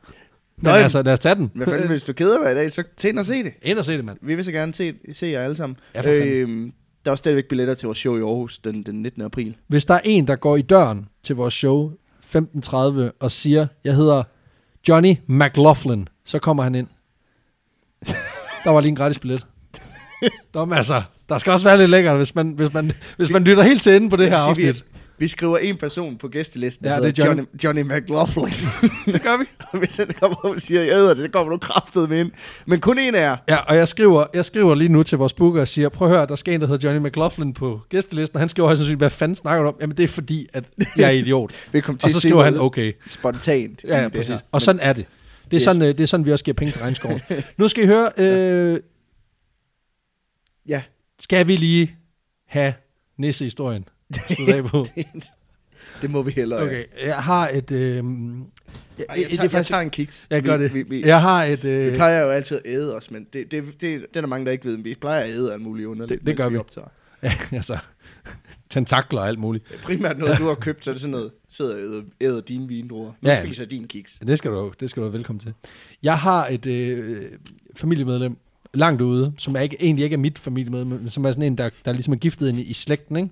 A: Men
B: Nå,
A: Nå, altså, lad os tage den.
B: Hvad fanden, hvis du keder dig i dag, så tag ind og se det.
A: Ind og se det, mand.
B: Vi vil så gerne se, se jer alle sammen.
A: Ja, for fanden.
B: øhm, der er stadigvæk billetter til vores show i Aarhus den, den 19. april.
A: Hvis der er en, der går i døren til vores show 15.30 og siger, jeg hedder Johnny McLaughlin, så kommer han ind. Der var lige en gratis
B: [LAUGHS]
A: billet. Nå, men altså, der skal også være lidt lækkert, hvis man, hvis man, hvis man lytter helt til enden på det her
B: Jeg vil sige,
A: afsnit.
B: Vi, vi skriver en person på gæstelisten,
A: Ja,
B: der
A: det er
B: hedder Johnny, Johnny
A: [LAUGHS]
B: McLaughlin. det gør vi. [LAUGHS] Og hvis han kommer op og siger, jeg hedder det, så kommer du kraftet med ind. Men kun en af jer.
A: Ja, og jeg skriver, jeg skriver lige nu til vores booker og siger, prøv at høre, der skal en, der hedder Johnny McLaughlin på gæstelisten, og han skriver højst sandsynligt, hvad fanden snakker du om? Jamen, det er fordi, at jeg er
B: [LAUGHS]
A: idiot.
B: Vi kommer til
A: og
B: at
A: så
B: se
A: skriver han,
B: noget
A: okay.
B: Spontant. i
A: Ja, ja
B: det
A: præcis.
B: her.
A: Og sådan er det. Det er,
B: Yes.
A: yes. sådan, øh, det er sådan, vi også giver penge til regnskoven.
B: [LAUGHS]
A: nu skal I høre, øh,
B: Ja.
A: skal vi lige have nissehistorien? Slutte af
B: [LAUGHS]
A: på.
B: Det må vi hellere.
A: Okay, jeg har et... Øh, jeg,
B: Ej, jeg,
A: det
B: tager,
A: er
B: jeg,
A: faktisk-
B: tager en kiks.
A: jeg gør
B: vi,
A: det.
B: Vi, vi,
A: Jeg har et...
B: vi
A: Øh,
B: plejer jo altid at æde os, men det, det, det, den er der mange, der ikke ved, men vi plejer at æde alt muligt underligt.
A: Det- det gør
B: mens
A: vi.
B: optager.
A: [LAUGHS] altså, tentakler og alt muligt.
B: Primært noget, du har købt, så er det sådan noget, sidder og æder, æder dine vindruer. Nu
A: Ja.
B: spiser jeg din kiks.
A: Det skal du, det skal du være velkommen til. Jeg har et øh, familiemedlem langt ude, som er ikke, egentlig ikke er mit familiemedlem, men som er sådan en, der, der ligesom er giftet ind i, i slægten, ikke?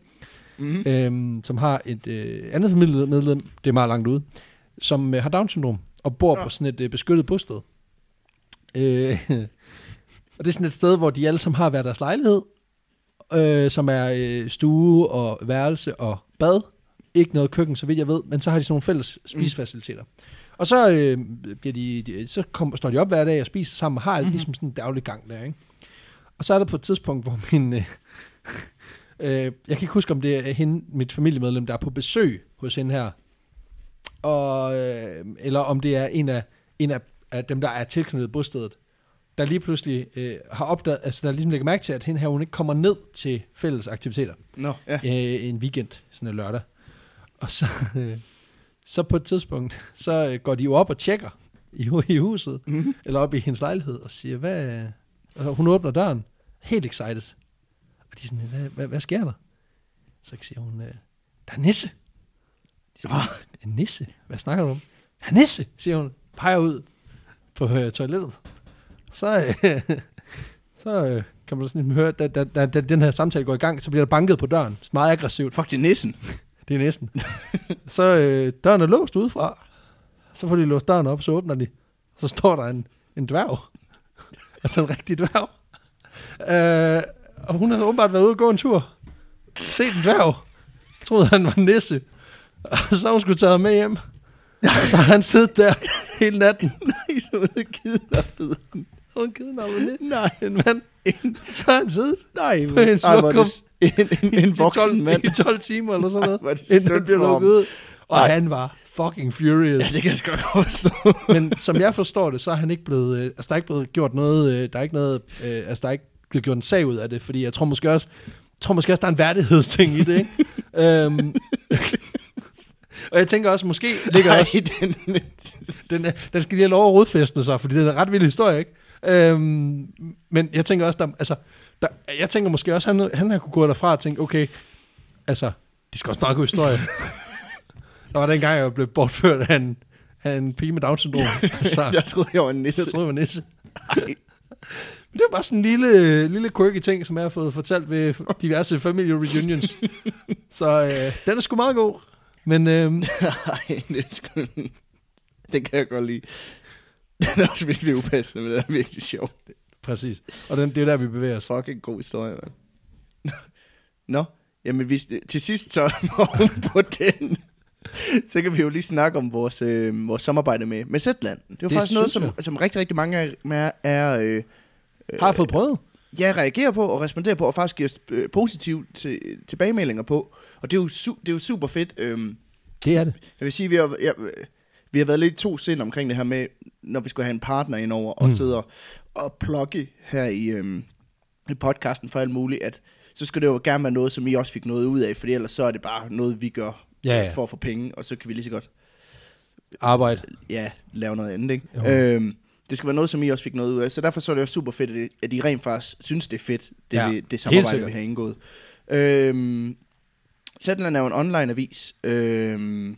B: Mm-hmm.
A: øhm, som har et øh, andet familiemedlem, det er meget langt ude, som øh, har Down-syndrom og bor
B: Nå.
A: på sådan et øh, beskyttet bosted. Øh, [LAUGHS] og det er sådan et sted, hvor de alle sammen har hver deres lejlighed, øh, som er øh, stue og værelse og bad. Ikke noget køkken, så vidt jeg ved, men så har de sådan nogle
B: Mm.
A: fælles spisefaciliteter. Og så, øh, bliver de, de, så kom, står de op hver dag og spiser sammen og har mm-hmm. ligesom sådan en daglig gang der, ikke? Og så er der på et tidspunkt, hvor min... Øh, øh, jeg kan ikke huske, om det er hende, mit familiemedlem, der er på besøg hos hende her. Og, øh, eller om det er en af, en af, af dem, der er tilknyttet bostedet, der lige pludselig øh, har opdaget, altså der ligesom lægger mærke til, at hende her, hun ikke kommer ned til fælles aktiviteter
B: Nå, ja.
A: øh, en weekend, sådan en lørdag. Og så, øh, så på et tidspunkt, så øh, går de jo op og tjekker i, hu- i huset,
B: Mhm.
A: mm-hmm. [LAUGHS] eller op i hendes lejlighed, og siger, hvad... Og hun åbner døren, helt excited. Og de er sådan, hvad, hvad, hvad sker der? Så siger hun, øh, der er nisse. De er sådan, en nisse? Hvad snakker du om? Der er nisse, siger hun, peger ud på øh, toilettet. Så, øh, [LAUGHS] så øh, kan man sådan høre, da, da, da, da den her samtale går i gang, så bliver der banket på døren. Sådan meget aggressivt.
B: Fuck, det er nissen.
A: Det er næsten. [LAUGHS] så øh, døren er låst udefra. Så får de låst døren op, så åbner de. Så står der en, en dværg. [LAUGHS] altså en rigtig dværg. Øh, og hun havde åbenbart været ude og gå en tur. Se en dværg. Troede han var en nisse. Og så har hun skulle tage ham med [LAUGHS] hjem. Og så har han siddet der hele natten.
B: Nej, så er det kidnappet.
A: Hun kidnappede
B: Nej,
A: en mand. Så har han siddet
B: nej. men-
A: På en
B: [LAUGHS] Ej, hvor
A: snokum.
B: er det- en,
A: [LAUGHS]
B: en, en voksen mand.
A: i 12 timer eller sådan
B: Ej, hvor er
A: noget,
B: det
A: inden han
B: synd
A: bliver
B: for
A: lukket
B: ham.
A: ud. Og Ej. han var fucking furious.
B: [LAUGHS] det kan jeg sgu godt forstå.
A: Men som jeg forstår det, så er han ikke blevet, øh, altså der er ikke blevet gjort noget, øh, der er ikke noget, øh, altså der er ikke blevet gjort en sag ud af det, fordi jeg tror måske også, jeg tror måske også, der er en værdighedsting i det,
B: [LAUGHS]
A: ikke? øhm, [LAUGHS] og jeg tænker også, måske ligger
B: Nej,
A: også,
B: den,
A: den, er- den skal lige have lov at rodfæste sig, fordi det er en ret vild historie, ikke? Øhm, men jeg tænker også, der, altså, der, jeg tænker måske også, han, han har kunne gå derfra og tænke, okay, altså, de skal også bare gå historie. der var den gang, jeg blev bortført af en, af en pige med Down-syndrom. altså,
B: jeg troede, jeg var en nisse.
A: jeg troede, jeg var nisse. [LAUGHS] Men det var bare sådan en lille, lille quirky ting, som jeg har fået fortalt ved diverse family reunions. Så øh, den er sgu meget god. Men øh,
B: [LAUGHS] Nej, det er sgu... Den kan jeg godt lide. [LAUGHS] Den er også virkelig upassende, men den er virkelig sjov.
A: præcis. Og den, det er der, vi bevæger os.
B: Fucking god historie, mand. Nå, jamen hvis, til sidst så oven [LAUGHS] på den, så kan vi jo lige snakke om vores, øh, vores samarbejde med, med Zetland. Det er jo
A: Det
B: faktisk noget,
A: synes
B: som, som rigtig, rigtig mange af jer er, øh,
A: Har jeg fået prøvet?
B: ja, reagerer på og responderer på, og faktisk giver øh, positive til, tilbagemeldinger på. Og det er jo, su- det er jo super fedt. Øh,
A: Det er det.
B: Jeg vil sige, vi har, jeg, vi har været lidt i to sind omkring det her med, når vi skulle have en partner indover og
A: Mm.
B: sidde og, og plukke her i, øhm, i podcasten for alt muligt, at så skulle det jo gerne være noget, som I også fik noget ud af, for ellers så er det bare noget, vi gør
A: Ja, ja.
B: for at få penge, og så kan vi lige så godt
A: Arbejde.
B: ja, lave noget andet.
A: Jo.
B: Ikke? Øhm, det skulle være noget, som I også fik noget ud af, så derfor så er det også super fedt, at I- at I rent faktisk synes, det er fedt, det,
A: Ja,
B: ja, det,
A: helt
B: det samarbejde,
A: sikkert.
B: vi har indgået. Øhm, Zetland er jo en online-avis, øhm,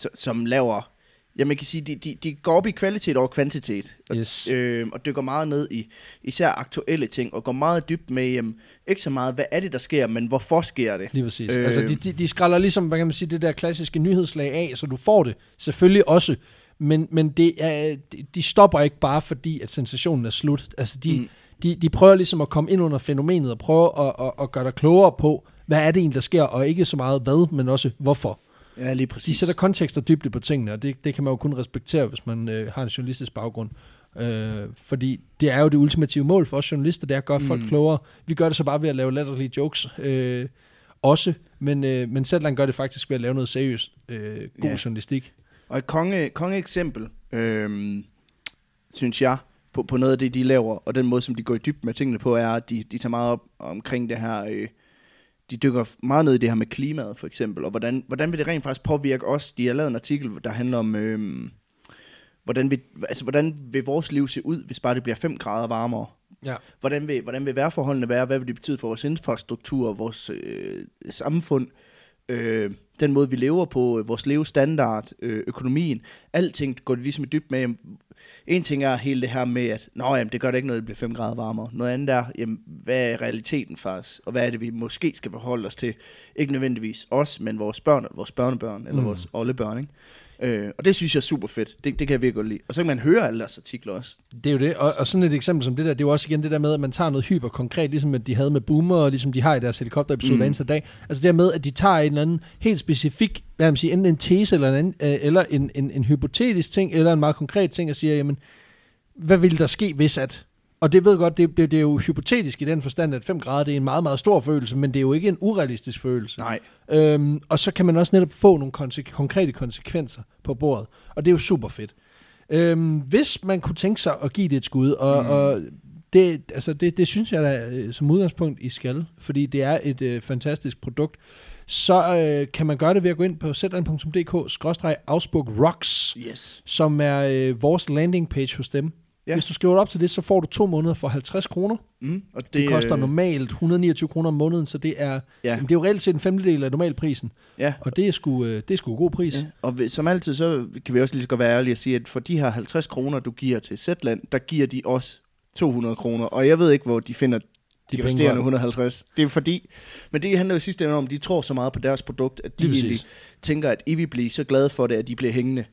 B: så- som laver... Jamen, jeg kan sige, de, de, de går op i kvalitet over kvantitet, og,
A: Yes.
B: øh, og dykker meget ned i især aktuelle ting, og går meget dybt med, jamen, ikke så meget, hvad er det, der sker, men hvorfor sker det?
A: Lige præcis.
B: Øh.
A: Altså, de, de, de skræller ligesom, hvad kan man sige, det der klassiske nyhedslag af, så du får det selvfølgelig også. Men, men det er, de- de stopper ikke bare, fordi at sensationen er slut. Altså, de, mm.
B: Mm.
A: de, de prøver ligesom at komme ind under fænomenet og prøve at, at, at gøre dig klogere på, hvad er det egentlig, der sker, og ikke så meget hvad, men også hvorfor.
B: Ja, lige
A: De
B: præcis.
A: sætter kontekst og dybde på tingene, og det, det kan man jo kun respektere, hvis man øh, har en journalistisk baggrund. Øh, fordi det er jo det ultimative mål for os journalister, det er at gøre mm. folk klogere. Vi gør det så bare ved at lave latterlige jokes øh, også, men, øh, men Zetland gør det faktisk ved at lave noget seriøst øh, god
B: Ja.
A: journalistik.
B: Og et konge, kongeeksempel, øhm, synes jeg, på, på noget af det, de laver, og den måde, som de går i dybden med tingene på, er, at de, de tager meget op omkring det her... Øh, de dykker meget ned i det her med klimaet, for eksempel, og hvordan, hvordan vil det rent faktisk påvirke os? De har lavet en artikel, der handler om, øhm, hvordan, vi, altså, hvordan vil vores liv se ud, hvis bare det bliver 5 grader varmere?
A: Ja.
B: Hvordan vil, hvordan vil vejrforholdene være? Hvad vil det betyde for vores infrastruktur, vores øh, samfund, øh, den måde, vi lever på, øh, vores levestandard, øh, økonomien? Alting går det ligesom i dyb med. Jamen, en ting er hele det her med, at Nå, jamen, det gør det ikke noget, det bliver 5 grader varmere. Noget andet er, jamen, hvad er realiteten faktisk? Og hvad er det, vi måske skal forholde os til? Ikke nødvendigvis os, men vores børn, og vores børnebørn eller
A: Mm.
B: mm. vores oldebørn. Ikke? Øh, og det synes jeg er super fedt. Det, det kan jeg virkelig godt lide. Og så kan man høre alle deres artikler også.
A: Det er jo det, og, og sådan et eksempel som det der, det er jo også igen det der med, at man tager noget hyperkonkret, ligesom at de havde med Boomer, og ligesom de har i deres helikopterepisode mm.
B: Mm.
A: hver eneste dag. Altså det der med, at de tager en eller anden helt specifik, hvad kan man siger, enten en tese eller en, anden, øh, eller en, en, en hypotetisk ting, eller en meget konkret ting, og siger, jamen, hvad ville der ske, hvis at... Og det ved jeg godt, det, det, det er jo hypotetisk i den forstand, at 5 grader det er en meget, meget stor følelse, men det er jo ikke en urealistisk følelse.
B: Nej.
A: Øhm, og så kan man også netop få nogle konse- konkrete konsekvenser på bordet, og det er jo super fedt. Øhm, hvis man kunne tænke sig at give det et skud, og, mm. og det, altså det, det synes jeg da øh, som udgangspunkt, I skal, fordi det er et øh, fantastisk produkt, så øh, kan man gøre det ved at gå ind på zland.dk-afsburg rocks,
B: Yes.
A: som er øh, vores landing page hos dem. Ja.
B: Ja.
A: Hvis du skriver dig op til det, så får du to måneder for 50 kroner.
B: Mm. Og det,
A: Det koster
B: øh,
A: normalt 129 kroner om måneden, så det er, ja.
B: Ja.
A: det er jo reelt set en femtedel af normalprisen.
B: Ja,
A: Og det er sgu, øh, det er sgu en god pris. Ja.
B: Ja. Og ved- som altid, så kan vi også lige så godt være ærlige og sige, at for de her 50 kroner, du giver til Zetland, der giver de også 200 kroner. Og jeg ved ikke, hvor de finder de,
A: penge
B: de
A: fra.
B: resterende 150. Det er fordi, men det handler jo i sidste ende om, at de tror så meget på deres produkt, at de
A: Lige præcis.
B: egentlig tænker, at I vil blive så glade for det, at de bliver hængende.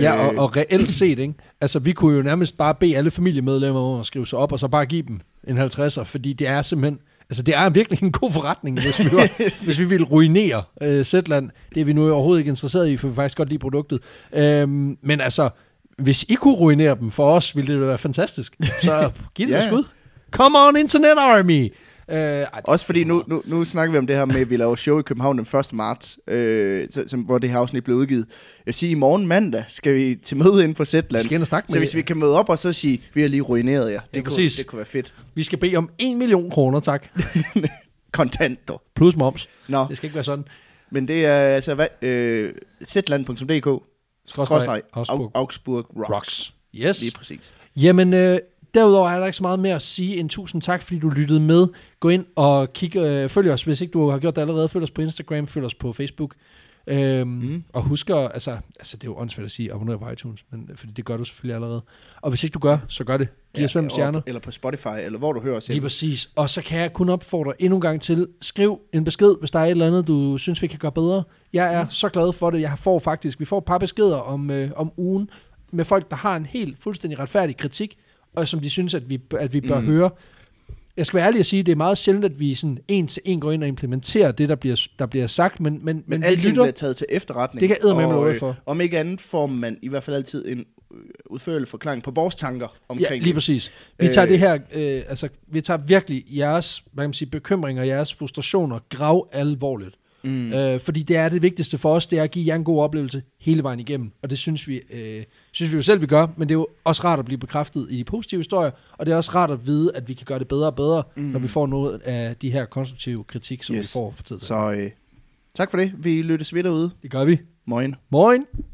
A: Ja, og,
B: Øh,
A: og reelt set, ikke? Altså, vi kunne jo nærmest bare bede alle familiemedlemmer om at skrive sig op, og så bare give dem en 50'er, fordi det er simpelthen... Altså, det er virkelig en god forretning, hvis vi,
B: [LAUGHS]
A: var, hvis vi ville ruinere øh, Zetland. Det er vi nu overhovedet ikke interesseret i, for vi faktisk godt lide produktet. Øhm, men altså, hvis I kunne ruinere dem for os, ville det da være fantastisk.
B: [LAUGHS]
A: Så giv det
B: Ja.
A: yeah. skud. Come on, Internet Army! Øh, ej,
B: Også fordi nu, nu, nu snakker vi om det her med, at vi laver show i København den 1. marts, øh, så- som, hvor det her afsnit blev udgivet. Jeg vil sige, i morgen mandag skal vi til møde inde på Zetland.
A: Vi skal ind og snakke
B: Så
A: med-
B: hvis vi kan møde op og så sige, vi har lige ruineret jer. Det,
A: Ja,
B: kunne,
A: præcis.
B: det kunne være fedt.
A: vi skal bede om 1 million kroner, tak.
B: Kontant dog.
A: Plus moms.
B: Nå,
A: Det skal ikke være sådan.
B: men det er altså hvad, øh, zetland.dk
A: Skråstreg,
B: Augsburg,
A: Augsburg.
B: Augsburg rocks.
A: Rocks. Yes.
B: Lige præcis.
A: Jamen, øh, derudover er der ikke så meget mere at sige end tusind tak, fordi du lyttede med. Gå ind og kig, øh, følg os, hvis ikke du har gjort det allerede. Følg os på Instagram, følg os på Facebook. Øhm, mm. Og husk at, altså, altså det er jo åndssvagt at sige, abonner på iTunes, men, øh, fordi det gør du selvfølgelig allerede. Og hvis ikke du gør, så gør det. Giv os fem
B: og-
A: stjerner.
B: Eller på Spotify, eller hvor du hører os.
A: Lige
B: henne.
A: præcis. Og så kan jeg kun opfordre endnu en gang til, skriv en besked, hvis der er et eller andet, du synes, vi kan gøre bedre. Jeg er så glad for det. Jeg får faktisk, vi får et par beskeder om, øh, om ugen med folk, der har en helt fuldstændig retfærdig kritik, og som de synes, at vi, at vi bør mm. høre. Jeg skal være ærlig at sige, det er meget sjældent, at vi sådan en til en går ind og implementerer det, der bliver, der bliver sagt, men, men,
B: Men,
A: men
B: men alt
A: vi
B: lytter, bliver
A: lytter.
B: taget til efterretning.
A: Det kan jeg eddermame love
B: Og,
A: jer
B: øh,
A: for.
B: Om ikke andet får man i hvert fald altid en øh, udførelig forklaring på vores tanker omkring
A: Ja, lige
B: det.
A: præcis. Vi tager
B: Øh,
A: det her, øh, altså, vi tager virkelig jeres, hvad kan man sige, bekymringer, jeres frustrationer, grav alvorligt.
B: Mm.
A: Øh, fordi det er det vigtigste for os, det er at give jer en god oplevelse hele vejen igennem. Og det synes vi, øh, synes vi jo selv, vi gør, men det er jo også rart at blive bekræftet i de positive historier, og det er også rart at vide, at vi kan gøre det bedre og bedre, mm. når vi får noget af de her konstruktive kritik, som yes.
B: Yes.
A: vi får for tid til.
B: Så øh, tak for det. Vi lyttes ved derude.
A: Det gør vi.
B: Moin.
A: Morgen!